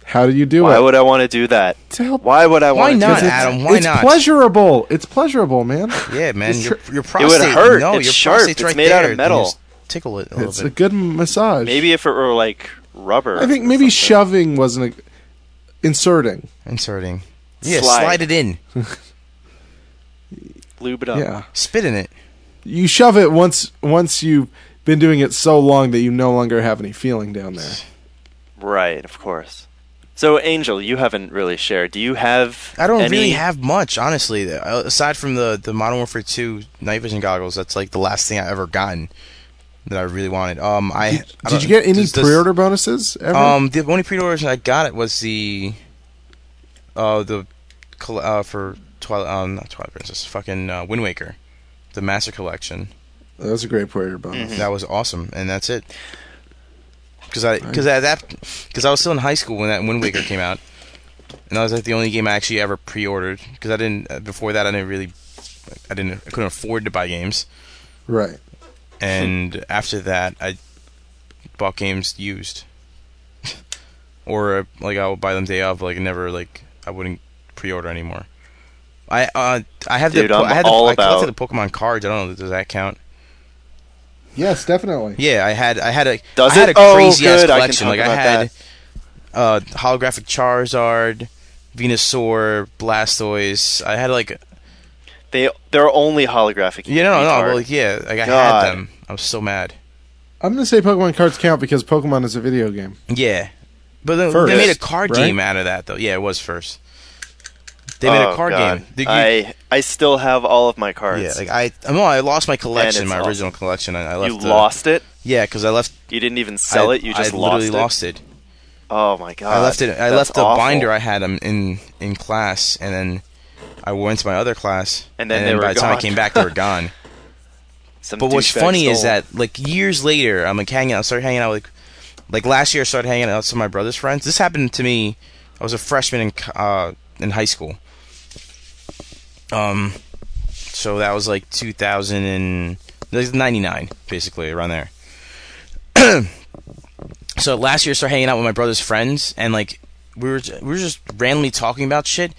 How do you do why it? would I want to do that? To help- Why would I Why want not, to? it's, Adam? Why it's not? pleasurable. It's pleasurable, man. it. Yeah, man, it's your, tr- your would prostate. hurt. No, It's your sharp. prostate's It's right made out there, of and metal. you just Tickle it a little It's a bit. good massage. Maybe if it were like rubber. I think or something. maybe shoving wasn't a, inserting. Inserting. Yeah, Slide. slide. it in. lube it up. Yeah. Spit in it. you shove it once once you've been doing it so long that you no longer have any feeling down there. Right, of course. So, Angel, you haven't really shared. Do you have? I don't any- really have much, honestly. though. Uh, Aside from the the Modern Warfare 2 night vision goggles, that's like the last thing I ever gotten that I really wanted. Um, I Did, I did don't- you get any does this- pre-order bonuses ever? Um, the only pre-orders I got it was the, uh, the, coll- uh, for Twilight, um, not Twilight Princess, fucking uh, Wind Waker, the Master Collection. that was Oh, a great pre-order bonus. Mm-hmm. That was awesome, and that's it. Because I, because at that, because I was still in high school when that Wind Waker came out, and that was like the only game I actually ever pre-ordered. Because I didn't uh, before that, I didn't really, I didn't, I couldn't afford to buy games, mm-hmm. Right. Hmm. and after that, I bought games used, <laughs> or uh, like I would buy them day of. Like never, like I wouldn't pre-order anymore. I, uh, I have Dude, the, po- I'm I had the, all I collected about- the Pokemon cards. I don't know, does that count? Yes, definitely. Yeah, I had I had a Does I had it? a Oh, crazy ass good, I can collection. talk like about I had uh, holographic Charizard, Venusaur, Blastoise. I had like They they're only holographic. E you know no, retard. well, like yeah like I God. had them. I was so mad. I'm gonna say Pokemon cards count because Pokemon is a video game. Yeah, but then First, they made a card right? game out of that though. Yeah, it was first. They made Oh, a card God. game. Did you- I I still have all of my cards. yeah, like I no, I lost my collection, it's my awful. original collection. I, I left. you the- lost it. Yeah, because I left. You didn't even sell uh, I, it. You just I lost literally it. lost it. Oh my god! I left it. I That's left the awful. binder I had 'em in in class, and then I went to my other class. And then they were by the time I gone. came <laughs> back, they were gone. Some But what's douchebag funny is stole it. that like years later, I'm like hanging out. I started hanging out like like last year. I started hanging out with some of my brother's friends. This happened to me. I was a freshman in co- uh, in high school. Um, so that was like 2000 and like 99, basically around there. <clears throat> so last year, I started hanging out with my brother's friends, and like we were we were just randomly talking about shit,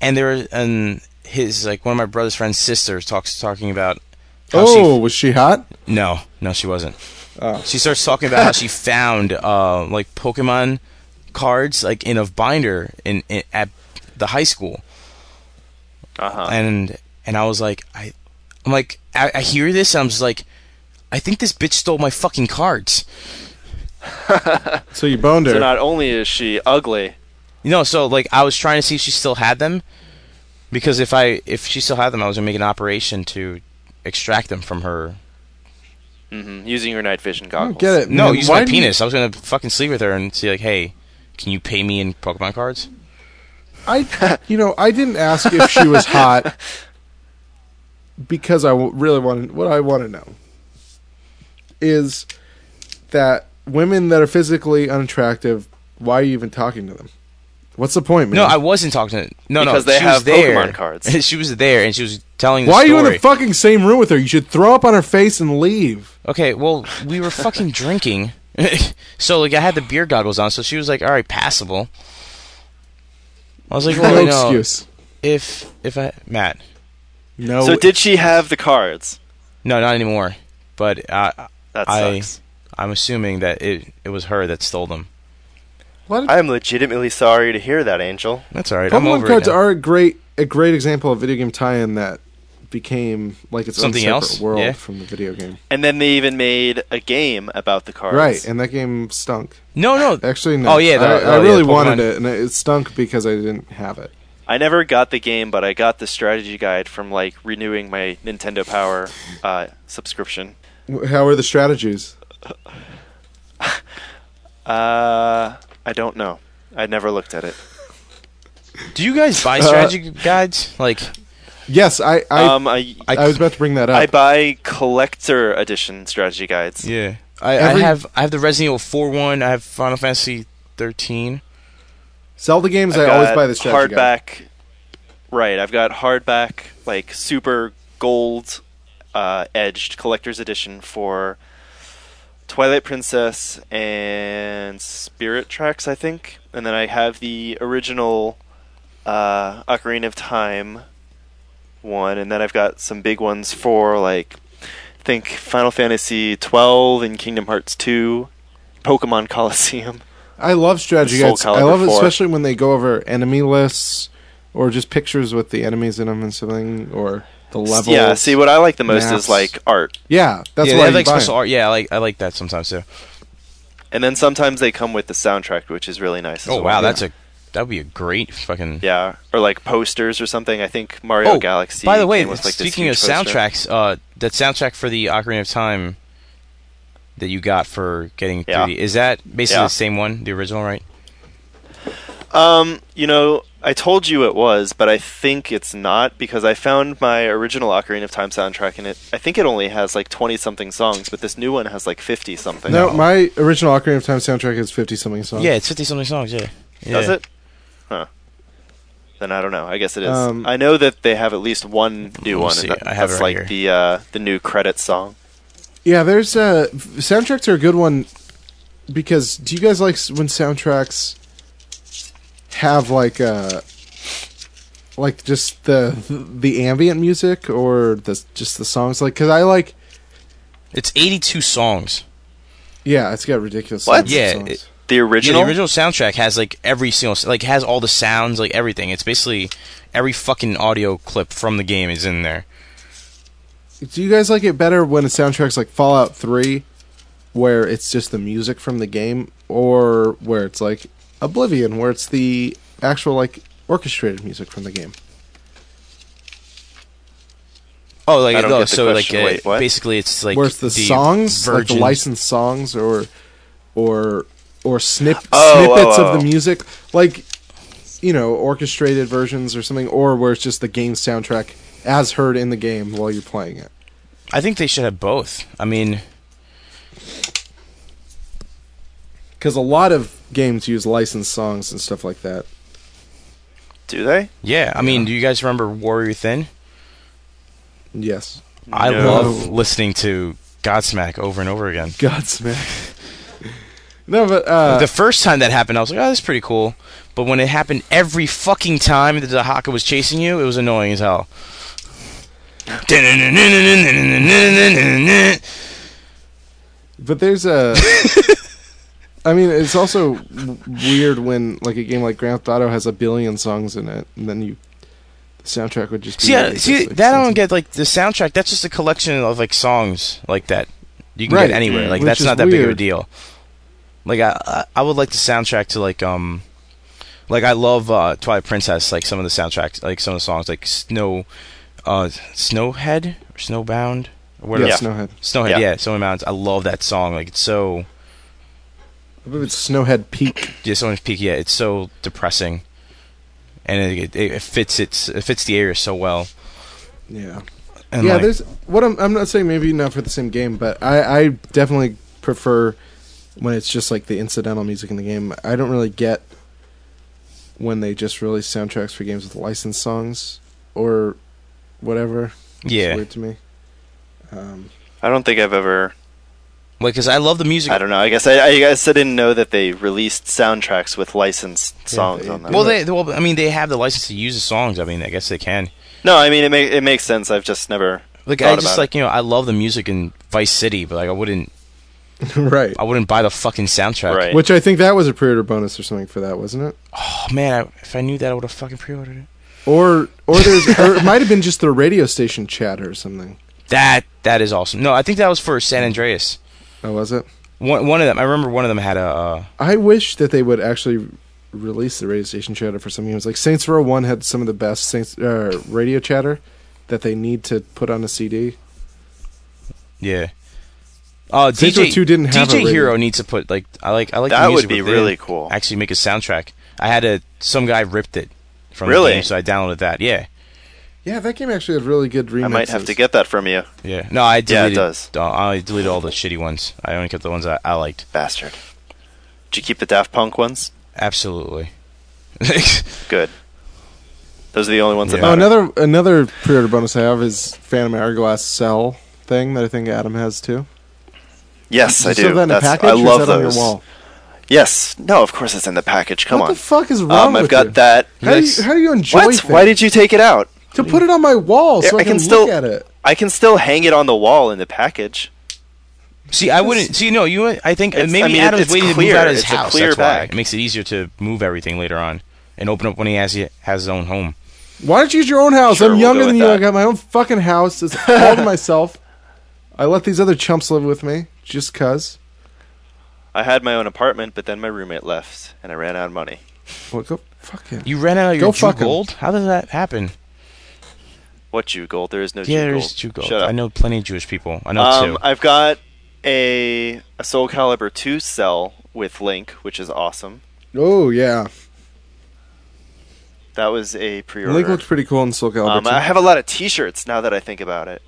and there was and his like one of my brother's friend's sisters talks talking about. how she Oh, was she hot? no, no, she wasn't. Oh. She starts talking about how she found uh, like Pokemon cards like in a binder in, in at the high school, Uh-huh. and and I was like, I, I'm like, I, I hear this, and I'm just like, I think this bitch stole my fucking cards. So you boned her. so not only is she ugly, You know, so like I was trying to see if she still had them, because if I if she still had them, I was gonna make an operation to extract them from her. hmm using your night vision I goggles. don't get it. No, man. use Why my do you- penis. I was gonna fucking sleep with her and see like, hey, can you pay me in Pokemon cards? I, you know, I didn't ask if she was hot because I w- really wanted. What I want to know is that women that are physically unattractive. Why are you even talking to them? What's the point, man? No, I wasn't talking to. No, no, Because they she was have there. Pokemon cards. <laughs> she was there, and she was telling. The Why are you story. in the fucking same room with her? You should throw up on her face and leave. okay, well, we <laughs> were fucking drinking, <laughs> so like I had the beer goggles on, so she was like, "All right, passable." I was like, <laughs> "Well, no you know, excuse. if if I Matt, No. So did she have the cards? no, not anymore." But uh, That I- sucks. I'm assuming that it it was her that stole them. what? I am legitimately sorry to hear that, Angel. That's all right. I'm Pokemon over cards it now. are a great a great example of video game tie-in that became like its Something own else? separate world Yeah. from the video game. And then they even made a game about the cards. Right, and that game stunk. no, no. <laughs> Actually, no. Oh, yeah, the- I, I oh, yeah, really Pokemon- wanted it, and it stunk because I didn't have it. I never got the game, but I got the strategy guide from like renewing my Nintendo Power uh, subscription. W- How are the strategies? Uh, I don't know. I never looked at it. Do you guys Uh, buy strategy guides? Like, Yes, I I, um, I I, was about to bring that up. I buy collector edition strategy guides. Yeah, I, Every- I have I have the Resident Evil four one. I have Final Fantasy thirteen. Zelda games, I I've always got buy the strategy guide. hardback. Right, I've got hardback, like super gold uh, edged collector's edition for Twilight Princess and Spirit Tracks, I think, and then I have the original uh, Ocarina of Time one, and then I've got some big ones for like I think Final Fantasy twelve and Kingdom Hearts two, Pokemon Coliseum. I love strategy Soul guides. I Calibur love it, 4. especially when they go over enemy lists or just pictures with the enemies in them and something, or the levels. yeah, see, what I like the most maps. is like art, yeah, that's yeah, why they I have like buy special them. Oh, art. Yeah, I like I like that sometimes too. and then sometimes they come with the soundtrack, which is really nice. as Oh well. wow, that's a that would be a great fucking. yeah, or like posters or something. I think Mario oh, Galaxy. By the way, came with, like, this speaking of huge poster. soundtracks, uh, that soundtrack for the Ocarina of Time that you got for getting Yeah. 3D is that basically Yeah. the same one, the original, right? Um, you know, I told you it was, but I think it's not because I found my original Ocarina of Time soundtrack, and it I think it only has like twenty something songs, but this new one has like fifty something. No, my original Ocarina of Time soundtrack is fifty something songs. Yeah, it's fifty something songs. Yeah. Does Yeah. it? Huh. Then I don't know. I guess it is. Um, I know that they have at least one new me one. see. and that- I have it that's right like here. the uh, the new credit song. yeah. There's uh, soundtracks are a good one because do you guys like s- when soundtracks have like uh like just the the ambient music or the just the songs like because I like It's eighty-two songs. yeah it's got ridiculous What? songs. Yeah, songs. it- The Yeah, original. the original soundtrack has like every single like has all the sounds, like everything. It's basically every fucking audio clip from the game is in there. Do you guys like it better when a soundtrack's like Fallout 3, where it's just the music from the game, or where it's like Oblivion, where it's the actual like orchestrated music from the game? Oh, like I don't oh, get the so like question. uh, Wait, what? basically it's like where it's the, songs, like the virgin- licensed songs, or or or snip, Oh, snippets oh, oh. of the music, like you know, orchestrated versions or something, or where it's just the game soundtrack as heard in the game while you're playing it. I think they should have both. I mean, Because a lot of games use licensed songs and stuff like that. Do they? yeah. I mean, do you guys remember Warrior Within? Yes. <laughs> I No. love listening to Godsmack over and over again. Godsmack. <laughs> no, but uh, the first time that happened, I was like, "Oh, that's pretty cool." But when it happened every fucking time that the Haka was chasing you, it was annoying as hell. but there's <laughs> a. I mean, it's also w- weird when like a game like Grand Theft Auto has a billion songs in it, and then you the soundtrack would just be See, I, ridiculous see that I don't expensive. get. Like the soundtrack, that's just a collection of like songs like that. You can Right, Mm. get anywhere. Like which that's is not that big of a weird. deal. Like I, I, I would like the soundtrack to like um, like I love uh, Twilight Princess. Like some of the soundtracks, like some of the songs, like Snow, uh, Snowhead or Snowbound. Or whatever. Yeah, Yeah. Snowhead. Snowhead, yeah. Yeah. Snowy Mountains. I love that song. Like it's so I believe it's Snowhead Peak. yeah, Snowman's Peak. Yeah, it's so depressing, and it, it, it fits its it fits the area so well. Yeah. And yeah, like, there's what I'm. I'm not saying maybe not for the same game, but I, I definitely prefer when it's just like the incidental music in the game. I don't really get when they just release soundtracks for games with licensed songs or whatever. It's yeah, weird to me. Um, I don't think I've ever. like because I love the music. I don't know. I guess I, I guess I didn't know that they released soundtracks with licensed songs they- on them. Well, they they- well, I mean, they have the license to use the songs. I mean, I guess they can. no, I mean it, ma- it makes sense. I've just never. Like Thought I just about like you know, I love the music in Vice City, but like I wouldn't, <laughs> right. I wouldn't buy the fucking soundtrack. Right. Which I think that was a pre-order bonus or something for that, wasn't it? Oh man, I, if I knew that, I would have fucking pre-ordered it. Or <laughs> or there's or it might have been just the radio station chatter or something. That that is awesome. No, I think that was for San Andreas. Oh, was it? One one of them, I remember one of them had a. Uh, I wish that they would actually release the radio station chatter for some games. Like Saints Row One had some of the best Saints uh, radio chatter that they need to put on a CD. Yeah. Uh, Saints Row DJ 2 didn't have a DJ radio. Hero needs to put like I like I like that the would music be within. really cool. Actually, make a soundtrack. I had a some guy ripped it from the Really? game, so I downloaded that. Yeah, Yeah, that game actually had really good remixes. I might have to get that from you, yeah. No, I Yeah, it deleted. does. uh, I deleted all the shitty ones. I only kept the ones I, I liked. bastard. Did you keep the Daft Punk ones? Absolutely. <laughs> Good. Those are the only ones Yeah. that Oh, matter. another another pre-order bonus I have is Phantom Hourglass Cell thing that I think Adam has too. Yes, I you still do. have that in a That's, package I or is love that on your those. wall? Yes. No, of course it's in the package. Come what on. the fuck is wrong um, I've with got you? that. How do, you, Yes. how do you enjoy What? things? Why did you take it out? to put it on my wall so Yeah, I, I can, can still- look at it? I can still hang it on the wall in the package. see, I wouldn't. See, no, you. I think uh, It's- maybe I mean, it- Adam's it's waiting to clear. move out of his It's a house. clear that's why bag. it makes it easier to move everything later on and open up when he has has his own home. Why don't you use your own house? Sure, I'm we'll younger go than with you. that. I got my own fucking house. <laughs> It's all to myself. I let these other chumps live with me just cuz. I had my own apartment, but then my roommate left, and I ran out of money. What go fucking You ran out of Go your Jew fuck 'em. gold? How does that happen? What Jew gold? There is no yeah, Jew there's gold. Jew gold. Shut up. I know plenty of Jewish people. I know um, two. I've got a a Soul Calibur two cell with Link, which is awesome. Oh yeah. That was a pre-order. Link looked pretty cool in Soul Calibur. Um, <laughs> too. I have a lot of T-shirts now that I think about it.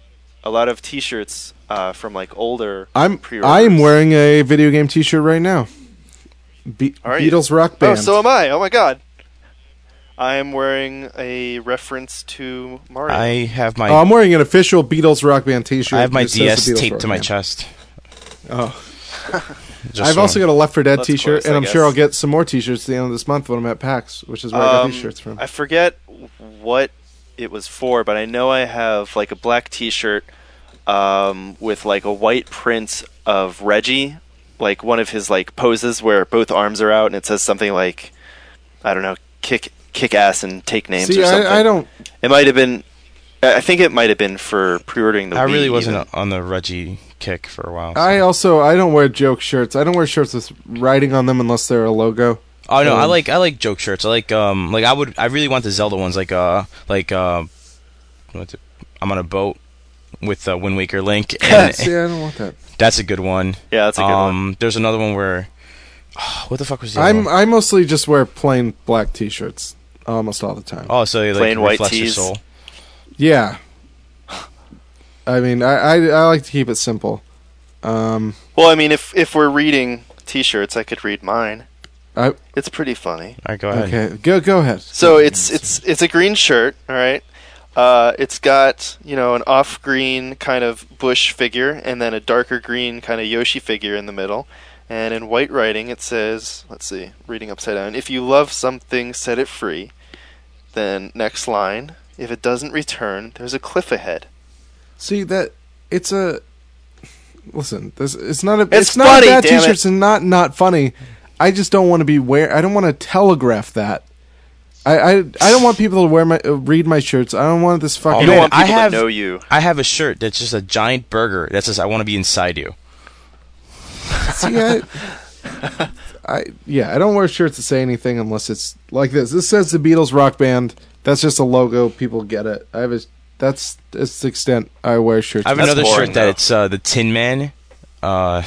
A lot of T-shirts uh, from like older. I'm pre-orders. I am wearing a video game T-shirt right now. Be- Are you? Beatles rock Oh, band. so am I. Oh my god. I am wearing a reference to Mario. I have my Oh, I'm wearing an official Beatles rock band T-shirt. I have my that says the DS Beatles taped Rock to my Band. chest. Oh, Just I've so- also got a Left 4 Dead That's T-shirt, close, and I I'm guess. sure I'll get some more T-shirts at the end of this month when I'm at PAX, which is where I got Um, these shirts from. I forget what it was for, but I know I have like a black T-shirt um, with like a white print of Reggie, like one of his like poses where both arms are out, and it says something like, I don't know, kick kick ass and take names See, or something. I, I don't. It might have been. I I think it might have been for pre-ordering the. I Wii really wasn't even. on the Reggie kick for a while. so- I also I don't wear joke shirts. I don't wear shirts with writing on them unless they're <laughs> a logo. Oh no, I Um, like I like joke shirts. I like um like I would I really want the Zelda ones like uh like uh what's it? I'm on a boat with uh, Wind Waker Link and See, I don't want that. that's a good one. Yeah, that's a good one. um there's another one where <sighs> what the fuck was the other I'm one? I mostly just wear plain black T-shirts almost all the time. Oh, so you like Plain white reflects your tees. soul. Yeah. I mean, I, I I like to keep it simple. Um, Well, I mean, if if we're reading T-shirts, I could read mine. I It's pretty funny. All right, go ahead. okay. Go go ahead. So it's it's it's a green shirt, all right. Uh, it's got you know an off-green kind of bush figure, and then a darker green kind of Yoshi figure in the middle. And in white writing, it says, "Let's see, reading upside down. If you love something, set it free." Then next line, if it doesn't return, there's a cliff ahead. See that it's a listen. This it's not a It's it's, not funny, a bad damn it. t-shirts and not not funny. I just don't want to be wear. I don't want to telegraph that. I, I I don't want people to wear my uh, read my shirts. I don't want this Oh, fucking. You don't man, want I people have- to know you. I have a shirt that's just a giant burger that says I want to be inside you. <laughs> See, I, I yeah, I don't wear shirts that say anything unless it's like this. This says the Beatles rock band. That's just a logo. People get it. I have a that's that's the extent I wear shirts. I have That's another boring, shirt that though. it's uh, the Tin Man, uh,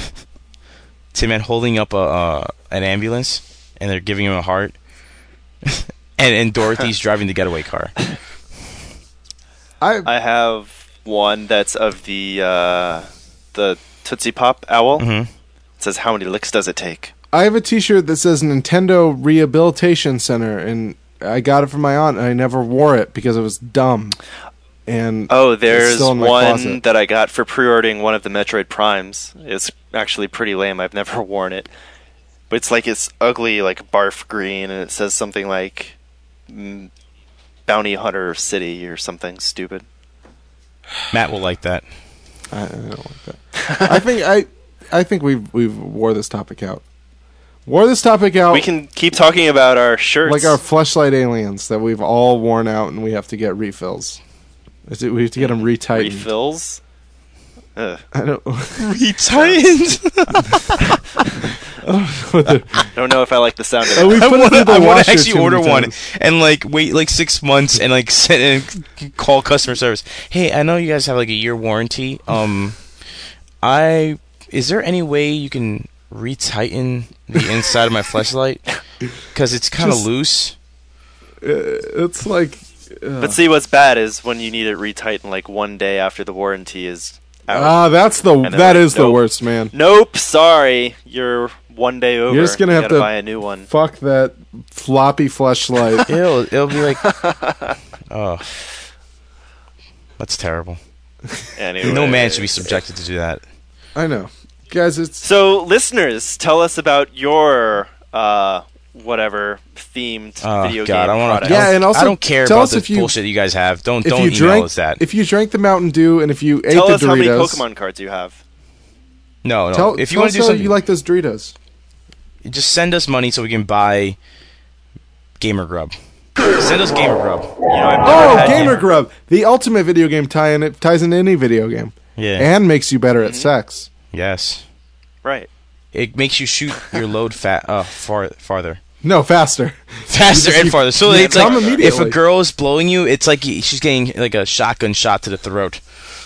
Tin Man holding up a uh, an ambulance, and they're giving him a heart, <laughs> and <laughs> and Dorothy's driving the getaway car. I I have one that's of the uh, the Tootsie Pop owl. Mhm. It says, "How many licks does it take?" I have a T-shirt that says Nintendo Rehabilitation Center, and I got it from my aunt, and I never wore it because it was dumb. And Oh, there's still in my one closet. that I got for pre-ordering one of the Metroid Primes. It's actually pretty lame. I've never <laughs> worn it, but it's like it's ugly, like barf green, and it says something like mm, "Bounty Hunter City" or something stupid. Matt will like that. I, I don't like that. I think I, I think we've we've wore this topic out. Wore this topic out. We can keep talking about our shirts. Oh. like our fleshlight aliens that we've all worn out, and we have to get refills. Is it- We have to get them retightened. refills. Ugh. I <laughs> don't. Retightened. Uh, I don't know if I like the sound of Oh, we <laughs> that. I put it want through the to washer actually too order many one times. and like wait like six months and like <laughs> send and call customer service. Hey, I know you guys have like a year warranty. Um, I is there any way you can retighten the inside of <laughs> my flashlight because it's kind of Just- loose. <laughs> Uh, It's like. uh, But see, what's bad is when you need it retightened like one day after the warranty is out. ah, that's the then that like, is the nope. worst, man. Nope, sorry. You're one day over. just gonna You have gotta to- buy a new one. Fuck that <laughs> floppy fleshlight. It'll it'll <laughs> be like oh that's terrible. Anyway. No man should be subjected to do that. I know, guys. It's So, listeners, tell us about your uh, whatever themed Oh video god, game. I want product. to. Yeah, and also I don't care tell about us the if you- bullshit you guys have. Don't if don't you email drank us that. if you drank the Mountain Dew and if you ate Tell the us Doritos. how many Pokemon cards you have. no, no. Tell, if you tell want us to do how something, you like those Doritos. just send us money so we can buy Gamer Grub. Send us Gamer Grub. You know, I've never Oh, had Gamer Grub, the ultimate video game tie in. It ties into any video game Yeah. and makes you better at sex. yes. Right. It makes you shoot your load fa- uh, far- farther. No, faster. <laughs> Faster and farther. So you it's like come if a immediately. girl is blowing you, it's like she's getting like a shotgun shot to the throat.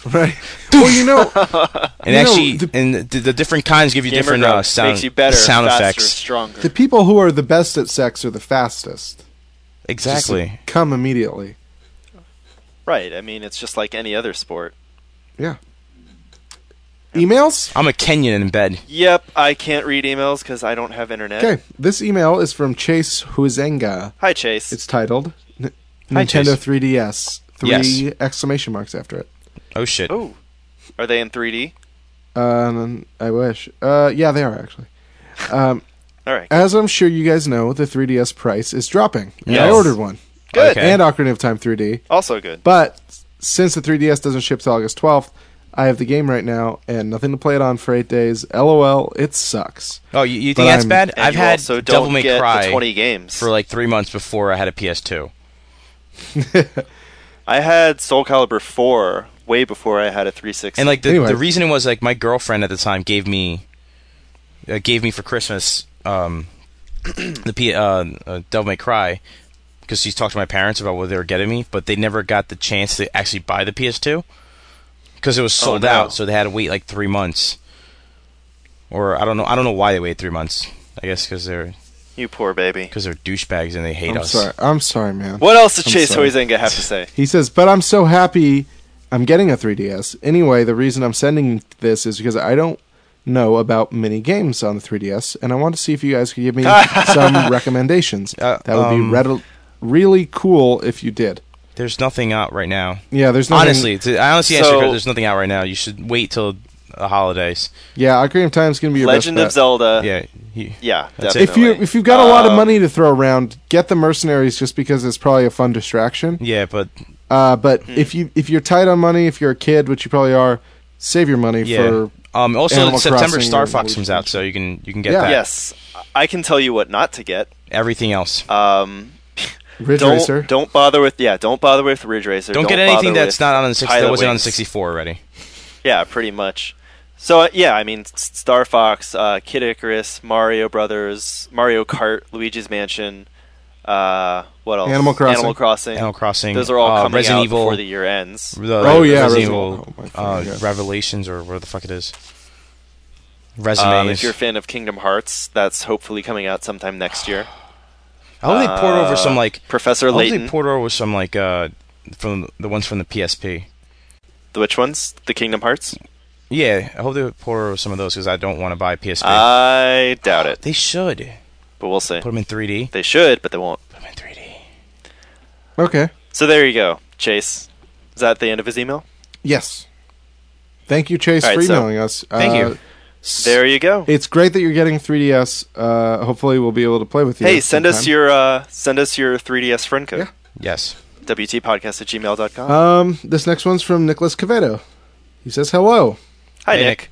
Right. Well, you know, <laughs> And You know, actually, the- and the, the different kinds give you Gamer different grub uh, sound, makes you better, sound faster, effects. stronger. the people who are the best at sex are the fastest. Just Exactly. Come immediately. Right. I mean, it's just like any other sport. Yeah. Emails? I'm a Kenyan in bed. Yep, I can't read emails because I don't have internet. Okay. This email is from Chase Huizenga. Hi, Chase. It's titled N- Hi, Nintendo Chase. 3DS. Three Yes. exclamation marks after it. Oh shit. oh, are they in 3D? Um, I wish. Uh, yeah, they are actually. Um, All right. as I'm sure you guys know, the 3DS price is dropping. And I Yes. ordered one. Good. Okay. And Ocarina of Time 3D. Also good. But since the 3DS doesn't ship till August 12th, I have the game right now and nothing to play it on for eight days. LOL, it sucks. Oh, you, you But think that's I'm- bad? And I've you had also don't Devil May get Cry the 20 games. for like three months before I had a PS2. I had Soul Calibur 4 way before I had a 360. And like the, Anyway. the reason it was like my girlfriend at the time gave me uh, gave me for Christmas um, the P, uh, uh, Devil May Cry because she talked to my parents about what they were getting me, but they never got the chance to actually buy the PS2 because it was sold Oh, no. out, so they had to wait like three months. Or I don't know. I don't know why they waited three months. I guess because they're you poor baby. because they're douchebags and they hate I'm us. sorry. I'm sorry, man. What else did I'm Chase sorry. Huizenga have to say? He says, but I'm so happy I'm getting a 3DS. Anyway, the reason I'm sending this is because I don't know about many games on the 3DS, and I want to see if you guys could give me some recommendations. Uh, that would um, be red- really cool if you did. There's nothing out right now. Yeah, there's nothing, Honestly, to, I honestly answer So- your- there's nothing out right now. You should wait till the holidays. Yeah, Ocarina of Time is going to be your Legend best of bet. Zelda. Yeah, he- Yeah, That's it. If definitely. you if you've got a lot of Um, money to throw around, get the mercenaries just because it's probably a fun distraction. yeah, but Uh, but if you if you're tight on money, if you're a kid, which you probably are, save your money yeah. for um, also, Animal September Crossing Star or Fox Luigi's comes out, so you can you can get Yeah. that. Yes, I can tell you what not to get. Everything else, Um, Ridge don't Racer. don't bother with yeah. Don't bother with Ridge Racer. don't, get anything bother that's with not on the 60, that Pilot wasn't on the Wings. 64 already. Yeah, pretty much. So uh, yeah, I mean S- Star Fox, uh, Kid Icarus, Mario Brothers, Mario Kart, Luigi's Mansion. Uh, what else? Animal Crossing. Animal Crossing. Animal Crossing, Those are all uh, coming Resident out Evil, before the year ends. the- Oh, yeah, Resident Resident Evil. Evil Oh, my uh, fucking God. Revelations or where the fuck it is. Um, Resumes. Uh, if you're a fan of Kingdom Hearts, that's hopefully coming out sometime next year. I hope they poured over some like Professor I hope they uh, Layton. poured over some like uh from the ones from the PSP. The which ones? The Kingdom Hearts? Yeah, I hope they pour over some of those because I don't want to buy PSP. Uh, I doubt it, they should but we'll see. put them in 3D. They should, but they won't. Put them in 3D. Okay. So there you go, Chase. Is that the end of his email? Yes. Thank you, Chase, All right, for so- emailing us. Uh, Thank you. There you go. It's great that you're getting 3DS. Uh, hopefully, we'll be able to play with you. Hey, send us sometime. your uh, send us your 3ds friend code. Yes. WTpodcast at gmail.com. Um, this next one's from Nicholas Cavedo. He says, "Hello, Hi, Hey, Nick.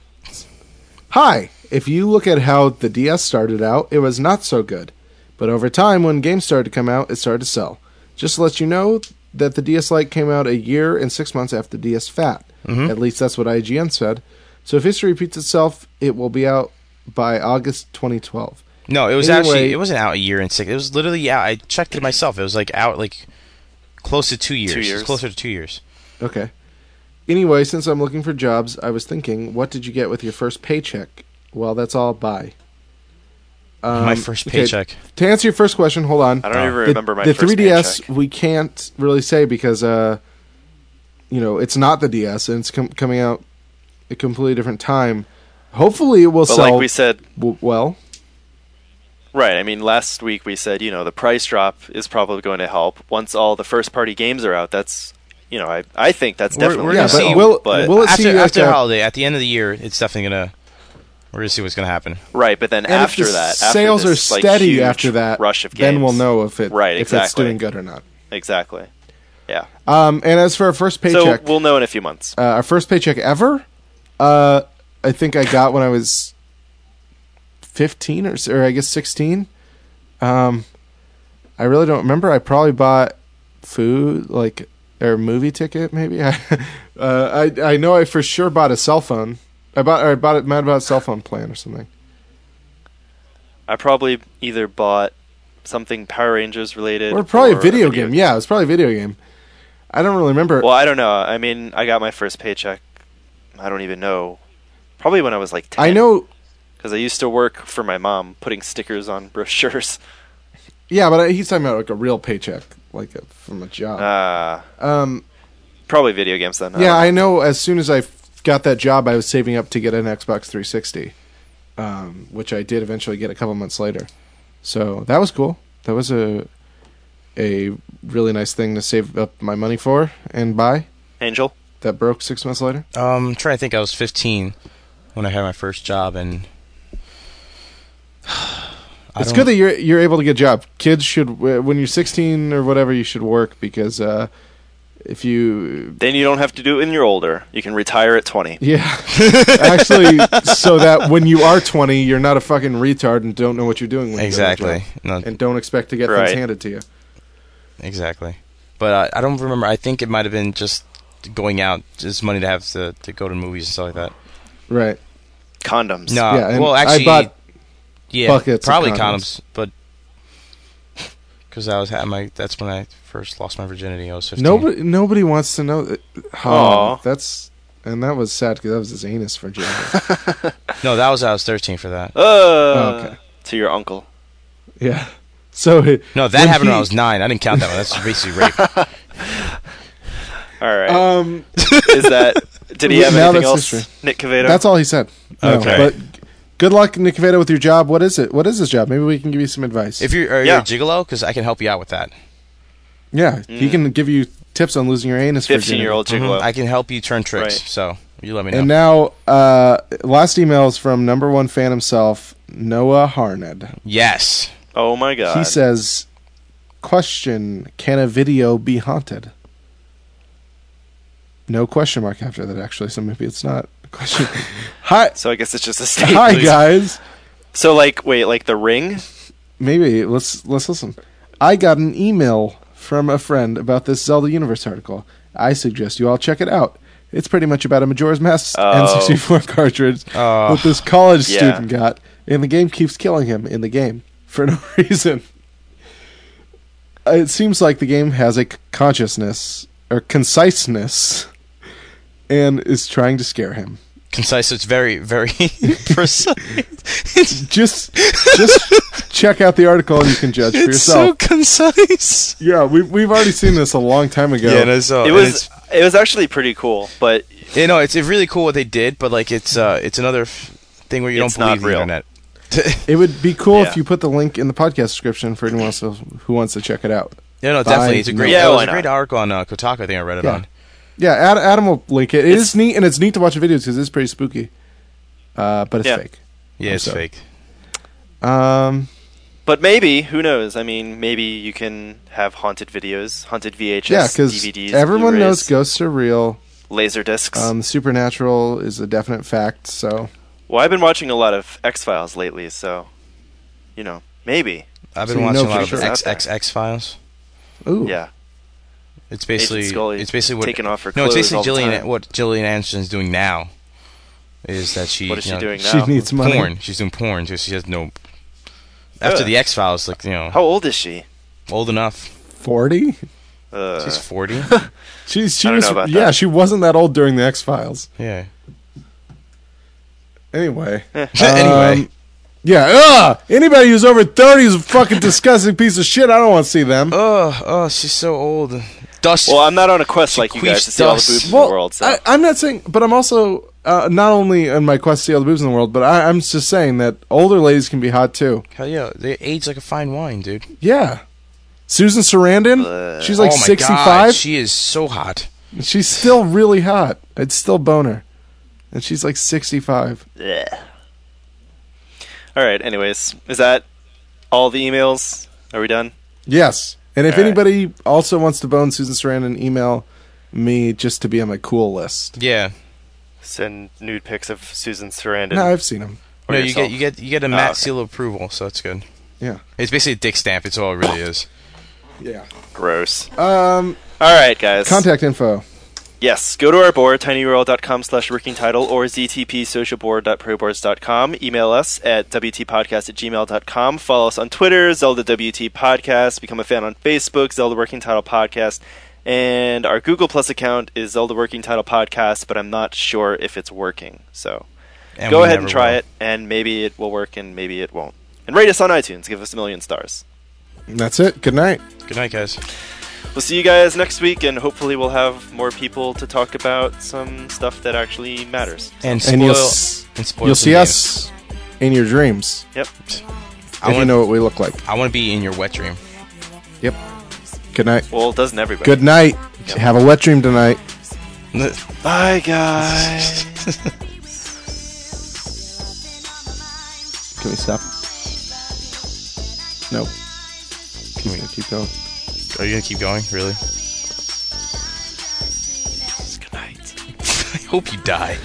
Hi! If you look at how the DS started out, it was not so good. But over time, when games started to come out, it started to sell. Just to let you know that the DS Lite came out a year and six months after DS Fat. Mm-hmm. At least that's what IGN said. So if history repeats itself, it will be out by August 2012. No, it was Anyway- actually it wasn't out a year and six. It was literally out. I checked it myself. It was like out like close to two years. It was years. closer to two years. Okay. Anyway, since I'm looking for jobs, I was thinking, what did you get with your first paycheck? Well, that's all bye. Um, My first okay, paycheck. to answer your first question, hold on. I don't even remember my the first 3ds paycheck. we can't really say because uh you know it's not the ds and it's com- coming out a completely different time hopefully it will But sell like we said, w- well right, I mean, last week we said, you know, the price drop is probably going to help. Once all the first party games are out, that's, you know, I, I think that's We're- definitely we're yeah going but gonna to see- help. will, but- will it Uh, see after you after at the- holiday, at the end of the year, it's definitely gonna. We're gonna see what's gonna happen. Right, but then and if after the that, after sales this, are like, steady huge after that rush of games, then we'll know if it Right, if it's exactly. doing good or not Exactly. Yeah. um and as for our first paycheck So we'll know in a few months. uh, our first paycheck ever uh i think i got when i was 15 or, s- or i guess 16 um I really don't remember. I probably bought food, like or a movie ticket, maybe. <laughs> I, uh, I I know I for sure bought a cell phone. I bought or I bought it mad about a cell phone plan or something. I probably either bought something Power Rangers related Or probably a video game. Yeah, it was probably a video game. I don't really remember. Well, I don't know. I mean, I got my first paycheck. I don't even know. Probably when I was like ten. I know. because I used to work for my mom putting stickers on <laughs> brochures. Yeah, but I, he's talking about like a real paycheck, like a, from a job. Uh, um, probably video games then. Yeah, Um, I, I know. As soon as I f- got that job, I was saving up to get an Xbox 360, um, which I did eventually get a couple months later. So that was cool. That was a a really nice thing to save up my money for and buy. Angel. That broke six months later. Um, I'm trying to think. I was 15 when I had my first job, and <sighs> I it's don't- good that you're you're able to get a job. Kids should when you're 16 or whatever, you should work because uh, if you Then you don't have to do it when you're older. You can retire at 20. <laughs> Yeah. Actually, so that when you are 20, you're not a fucking retard and don't know what you're doing. When You exactly. get a No, job, and don't expect to get Right. things handed to you. exactly. But I, I don't remember. I think it might have been just going out, just money to have to, to go to movies and stuff like that. Right. Condoms. No, Yeah, and Uh, well, I actually, bought yeah, buckets of probably condoms. condoms, but <laughs> because I was had my that's when I first lost my virginity. I was 15. Nobody nobody wants to know. that- Oh, Aw. that's and that was sad because that was his anus for Jim. no, that was I was 13 for that. Uh, okay. To your uncle. <laughs> yeah. So it- No, that when happened when I he- was nine. I didn't count that one. That's basically <laughs> rape. All right. Um, Is <laughs> that? Did he have Now anything else? that's history. Nick Cavato. that's all he said. No, Okay. But good luck, Nick Cavada, with your job. What is it? What is his job? Maybe we can give you some advice. If you're, are you Yeah. a gigolo, because I can help you out with that. yeah, Mm. he can give you tips on losing your anus. virginity. Fifteen-year-old gigolo. Mhm. I can help you turn tricks. Mm-hmm. Right. So you let me know. And now, uh, last email is from number one fan himself, Noah Harned. yes. oh my god. He says, "Question: Can a video be haunted?" No question mark after that. Actually, so maybe it's not a question. Hi, so I guess it's just a statement. <laughs> hi guys. So like, wait, like the ring? Maybe let's let's listen. I got an email from a friend about this Zelda Universe article. I suggest you all check it out. It's pretty much about a Majora's Mask N64 <laughs> cartridge Oh. that this college Yeah. student got, and the game keeps killing him in the game for no <laughs> reason. It seems like the game has a c- consciousness or conciseness, and is trying to scare him. Concise. It's <laughs> very, very <laughs> precise. It's, Just, <laughs> just check out the article, and you can judge for it's yourself. so concise. Yeah, we we've already seen this a long time ago. Yeah, no, it so, Oh, and was. It was actually pretty cool, but it's, you know, it's it's really cool what they did, but like it's uh, it's another f- thing where you It's don't believe not real. the internet. <laughs> It would be cool Yeah. if you put the link in the podcast description for anyone else who wants to check it out. no, no, Fine. definitely, it's a great. Yeah, it why was a not? great article on uh, Kotaku. I think I read it Yeah. on. Yeah, Ad- Adam will link it. It is It's- neat, and it's neat to watch the videos because it's pretty spooky. Uh, but it's Yeah. fake. Yeah, I'm it's sorry. fake. Um, but maybe who knows? I mean, maybe you can have haunted videos, haunted VHS, yeah, DVDs. because everyone Blu-rays, knows ghosts are real. laser discs. Um, supernatural is a definite fact. So Well, I've been watching a lot of X Files lately, so you know, maybe. I've So been you know watching a for lot of sure. XXX files. ooh, Yeah. It's Agent basically Scully it's basically what taking off her no, it's clothes basically all the Gillian. time. What Gillian Anderson's doing now is that she What is you she know, doing she now? needs money. porn. She's doing porn, so she has no. After Ugh. the X Files, like you know, How old is she? old enough. Forty. Uh, She's <laughs> forty. She's she I don't was know about yeah that. she wasn't that old during the X Files. yeah. Anyway. <laughs> anyway, Um, yeah. Ugh! Anybody who's over thirty is a fucking disgusting piece of shit. I don't want to see them. oh, oh, she's so old. Dust. well, I'm not on a quest She like you guys to queefs see all the dust. boobs in the world. So. I, I'm not saying, but I'm also uh, not only on my quest to see all the boobs in the world, but I, I'm just saying that older ladies can be hot too. Hell yeah, they age like a fine wine, dude. Yeah. Susan Sarandon, Ugh. she's like oh my 65. God, she is so hot. she's still really hot. It's still boner, and she's like 65. Bleh. All right. Anyways, is that all the emails? Are we done? Yes. And if All right. anybody also wants to bone Susan Sarandon, email me just to be on my cool list. Yeah. Send nude pics of Susan Sarandon. No, I've seen him. or no, you yourself. get you get you get a Matt okay. seal of approval, so that's good. Yeah. It's basically a dick stamp. It's all it really is. Yeah. Gross. Um, All right, guys. contact info. Yes, go to our board, tinyurl.com slash working title or ztpsocialboard.proboards.com. Email us at wtpodcast at gmail.com. Follow us on Twitter, Zelda WT Podcast. Become a fan on Facebook, Zelda Working Title Podcast. And our Google Plus account is Zelda Working Title Podcast, but I'm not sure if it's working. So And go we ahead never and try will. it, and maybe it will work and maybe it won't. And rate us on iTunes. Give us a million stars. That's it. Good night. Good night, guys. We'll see you guys next week, and hopefully, we'll have more people to talk about some stuff that actually matters. And spoil. and you'll s- and spoil you'll some see games. us in your dreams Yep. I if you want. know what we look like. I want to be in your wet dream. Yep. Good night. Well, doesn't everybody? Good night. Have a wet dream tonight. Bye, guys. Can we stop? No. Can we keep going? Are you gonna keep going? <laughs> Really? Good night. I hope you die.